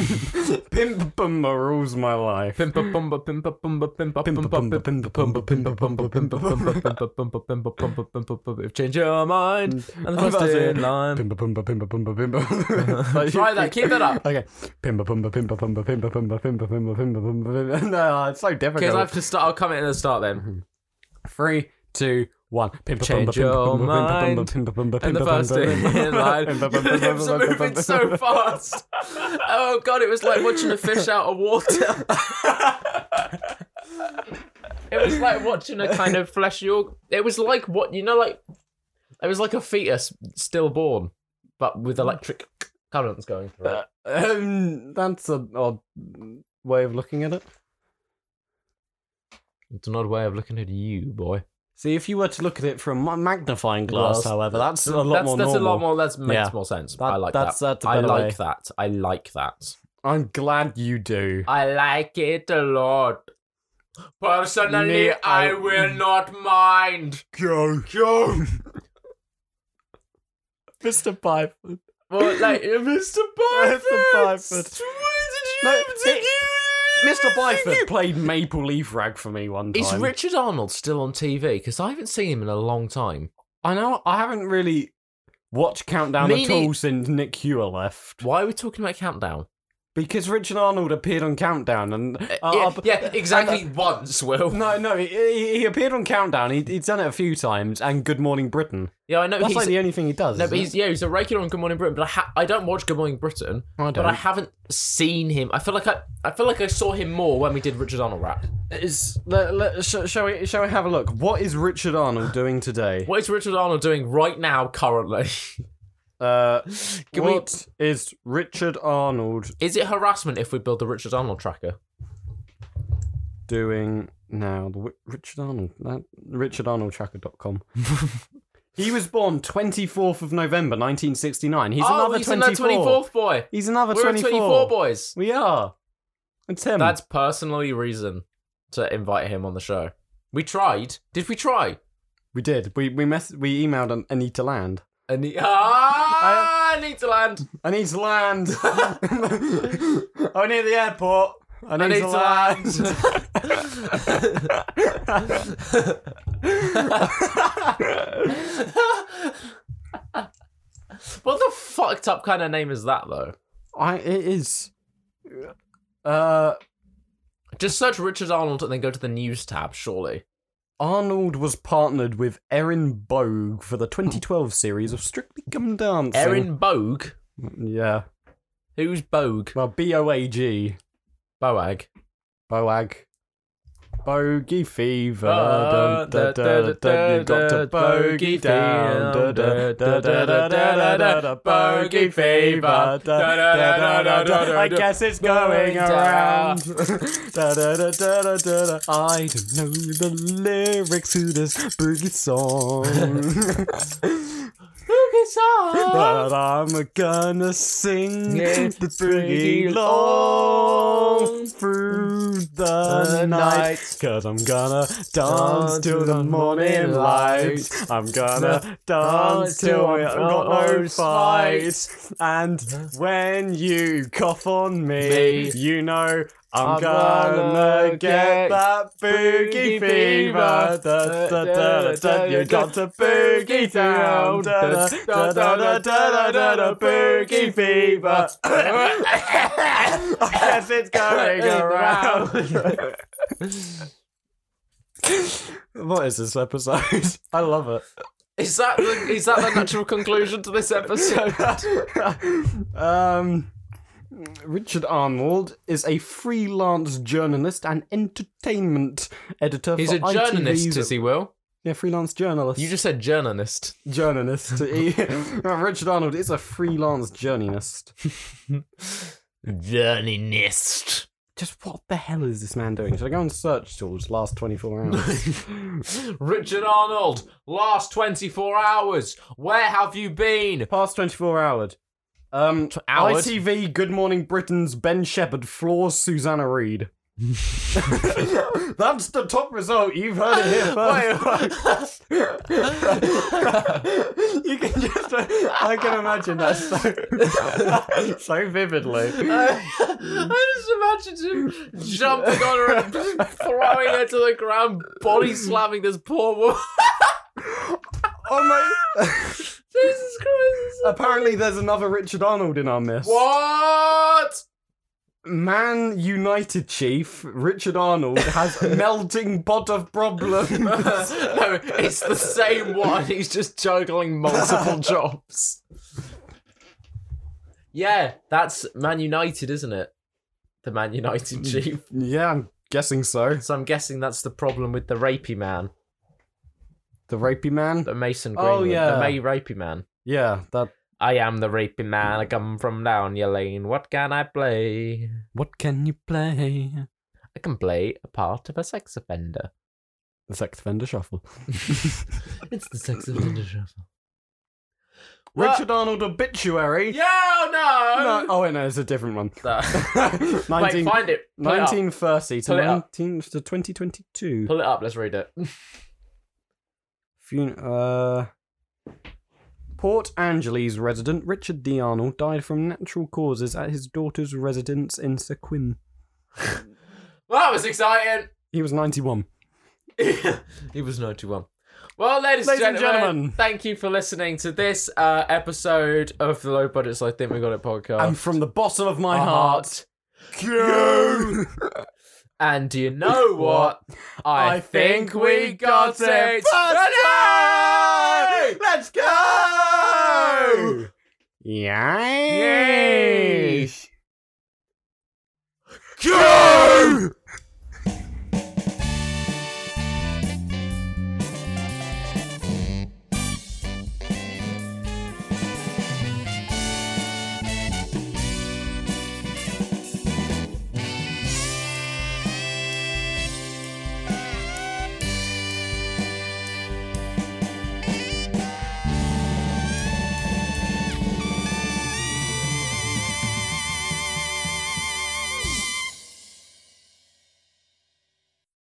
Speaker 2: Pimp Pumba rules my life.
Speaker 1: Pimpa Pumba, Pimpa Pumba, Pimpa Pumba, Pimpa
Speaker 2: Pimba
Speaker 1: Pumba, Pimpa Pumba, Pimpa Pumba, Pimpa Pumba, Pimpa Pumba, Pimpa Pumba. Change your mind. And the first in line.
Speaker 2: Pimba Pumba Pimba Pumba Pimba. Like,
Speaker 1: Try that, keep it up.
Speaker 2: Okay. Pimba Pumba Pimba Pumba Pimba Pumba Pimba Pimba Pimba Pimba Pimba. No, it's so
Speaker 1: Because I
Speaker 2: difficult.
Speaker 1: have to start, I'll come in at the start then.
Speaker 2: Three, two, one. Pimba
Speaker 1: Change your mind.
Speaker 2: Pimba Pimba
Speaker 1: and the first thing in line. Your lips are moving so fast. Oh god, it was like watching a fish out of water. it was like watching a kind of fleshy. org- It was like what you know, like it was like a fetus stillborn, but with electric currents going through it.
Speaker 2: Um, that's an odd way of looking at it.
Speaker 1: It's an odd way of looking at you, boy.
Speaker 2: See, if you were to look at it from a magnifying glass,
Speaker 1: Glass.
Speaker 2: however, that's a lot
Speaker 1: that's,
Speaker 2: more
Speaker 1: that's a lot more.
Speaker 2: normal.
Speaker 1: That makes
Speaker 2: Yeah.
Speaker 1: more sense.
Speaker 2: That-
Speaker 1: I like
Speaker 2: that's-
Speaker 1: that.
Speaker 2: that's a
Speaker 1: I
Speaker 2: better
Speaker 1: like
Speaker 2: way.
Speaker 1: that. I like that.
Speaker 2: I'm glad you do.
Speaker 1: I like it a lot. Personally,
Speaker 2: Me, I-
Speaker 1: I will not mind.
Speaker 2: Go, go, Mr. Pipe.
Speaker 1: Well, like Mr. Byford.
Speaker 2: Byford. No,
Speaker 1: What did you
Speaker 2: it- Mr. Byford played Maple Leaf Rag for me one time.
Speaker 1: Is Richard Arnold still on TV? Because I haven't seen him in a long time.
Speaker 2: I know. I haven't really watched Countdown
Speaker 1: Me
Speaker 2: at
Speaker 1: nei-
Speaker 2: all since Nick Hewer left
Speaker 1: Why are we talking about Countdown?
Speaker 2: because Richard Arnold appeared on Countdown and uh,
Speaker 1: yeah,
Speaker 2: up-
Speaker 1: yeah, exactly once, Will.
Speaker 2: No, no, he- he, he appeared on Countdown. He, he's done it a few times, and Good Morning Britain.
Speaker 1: yeah, I know
Speaker 2: That's
Speaker 1: he's.
Speaker 2: like the only thing he does.
Speaker 1: no,
Speaker 2: isn't
Speaker 1: but he's,
Speaker 2: it?
Speaker 1: yeah, he's a regular on Good Morning Britain, but I, ha- I don't watch Good Morning Britain.
Speaker 2: I
Speaker 1: But I haven't seen him. I feel like I, I feel like I saw him more when we did Richard Arnold rap.
Speaker 2: Is, let, let, sh- shall we? Shall we have a look? What is Richard Arnold doing today?
Speaker 1: What is Richard Arnold doing right now, currently?
Speaker 2: Uh,
Speaker 1: Can we-
Speaker 2: what is Richard Arnold
Speaker 1: Is it harassment if we build the Richard Arnold tracker?
Speaker 2: doing now? The Wi- Richard Arnold. That, RichardArnoldTracker.com. he was born 24th of November 1969. He's another
Speaker 1: Oh, he's
Speaker 2: 24.
Speaker 1: another 24th boy.
Speaker 2: He's another
Speaker 1: We're
Speaker 2: 24.
Speaker 1: a Hmm. 24 boys.
Speaker 2: We are. It's him.
Speaker 1: That's personally reason to invite him on the show. We tried. Did we try?
Speaker 2: We did. We we mess we emailed An- Anita Land.
Speaker 1: And he, ah, I need to land.
Speaker 2: I need to land. I'm near the airport. I need,
Speaker 1: I need
Speaker 2: to,
Speaker 1: to
Speaker 2: land.
Speaker 1: What the fucked up kind of name is that though?
Speaker 2: I it is. Uh,
Speaker 1: Just search Richard Arnold and then go to the news tab. Surely.
Speaker 2: Arnold was partnered with Erin Bogue for the 2012 series of Strictly Come Dancing.
Speaker 1: Erin Bogue.
Speaker 2: yeah.
Speaker 1: Who's Bogue?
Speaker 2: Well, B O A G,
Speaker 1: Boag.
Speaker 2: Boag. Bogey fever,
Speaker 1: Uh,
Speaker 2: dun, da, da, da, da, you got to bogey down. da, da, da, da, da, da, da, da, Bogey fever, da, da, da, da, da, da, I guess it's going around. Da, da, da, da, da, da, da. I don't know the lyrics to this boogie song, but I'm gonna sing
Speaker 1: Yeah,
Speaker 2: the
Speaker 1: boogie
Speaker 2: boogie along
Speaker 1: along
Speaker 2: through the night. Cause I'm gonna dance till the morning light. I'm gonna dance till we have got no fight. And when you cough on me,
Speaker 1: Me.
Speaker 2: you know I'm gonna get that boogie fever. Da, da, da, da, da. You got to boogie down. Da, da, da, da, da, da, da, da, Boogie fever. I guess it's going around. what is this episode? I love it.
Speaker 1: Is that the, is that the natural conclusion to this episode?
Speaker 2: um, Richard Arnold is a freelance journalist and entertainment editor.
Speaker 1: He's
Speaker 2: for
Speaker 1: a journalist,
Speaker 2: ITV's
Speaker 1: is he? Will
Speaker 2: Yeah, freelance journalist.
Speaker 1: you just said journalist?
Speaker 2: journalist. He- Uh, Richard Arnold is a freelance journalist.
Speaker 1: Journalist.
Speaker 2: Just what the hell is this man doing? Should I go on search tools? Last twenty four hours.
Speaker 1: Richard Arnold. Last twenty four hours. Where have you been?
Speaker 2: Past twenty four hours. Um,
Speaker 1: hours?
Speaker 2: ITV Good Morning Britain's Ben Shepherd floors Susanna Reid. That's the top result. You've heard it here first. you can just. I can imagine that so, so vividly.
Speaker 1: I just imagined him jumping on her and just throwing her to the ground, body slamming this poor woman.
Speaker 2: Oh my!
Speaker 1: Jesus Christ.
Speaker 2: Apparently, there's another Richard Arnold in our midst.
Speaker 1: What?
Speaker 2: Man United chief Richard Arnold has a melting pot of problems.
Speaker 1: no, it's the same one. He's just juggling multiple jobs. Yeah, that's Man United, isn't it? The Man
Speaker 2: Hmm.
Speaker 1: United chief.
Speaker 2: yeah, I'm guessing so.
Speaker 1: So I'm guessing that's the problem with the rapey man,
Speaker 2: The rapey man.
Speaker 1: the Mason
Speaker 2: Oh,
Speaker 1: Greenwood,
Speaker 2: yeah.
Speaker 1: the May rapey man.
Speaker 2: Yeah, that.
Speaker 1: I am the rapey man. I come from down your lane. What can I play?
Speaker 2: What can you play?
Speaker 1: I can play a part of a sex offender.
Speaker 2: The sex offender shuffle.
Speaker 4: It's the sex of the shuffle.
Speaker 1: What?
Speaker 2: Richard Arnold obituary.
Speaker 1: Yeah,
Speaker 2: No,
Speaker 1: no.
Speaker 2: oh wait, no, it's a different one.
Speaker 1: No.
Speaker 2: 19
Speaker 1: Wait, find it. Pull, it up.
Speaker 2: 1930 to
Speaker 1: Pull it up.
Speaker 2: 19 to 2022.
Speaker 1: Pull it up. Let's read it.
Speaker 2: Fun- uh, Port Angeles resident Richard D. Arnold died from natural causes at his daughter's residence in Sequim.
Speaker 1: Well, that was exciting.
Speaker 2: He was 91.
Speaker 1: he was 91. Well, ladies,
Speaker 2: Ladies and
Speaker 1: and gentlemen,
Speaker 2: gentlemen.
Speaker 1: thank you for listening to this uh, episode of the Low Budgets I Think We Got It podcast.
Speaker 2: And from the bottom of my
Speaker 1: Uh-huh.
Speaker 2: heart, you.
Speaker 1: And do you know what? I,
Speaker 2: I think we got it. Let's go. Yeah.
Speaker 1: Yay!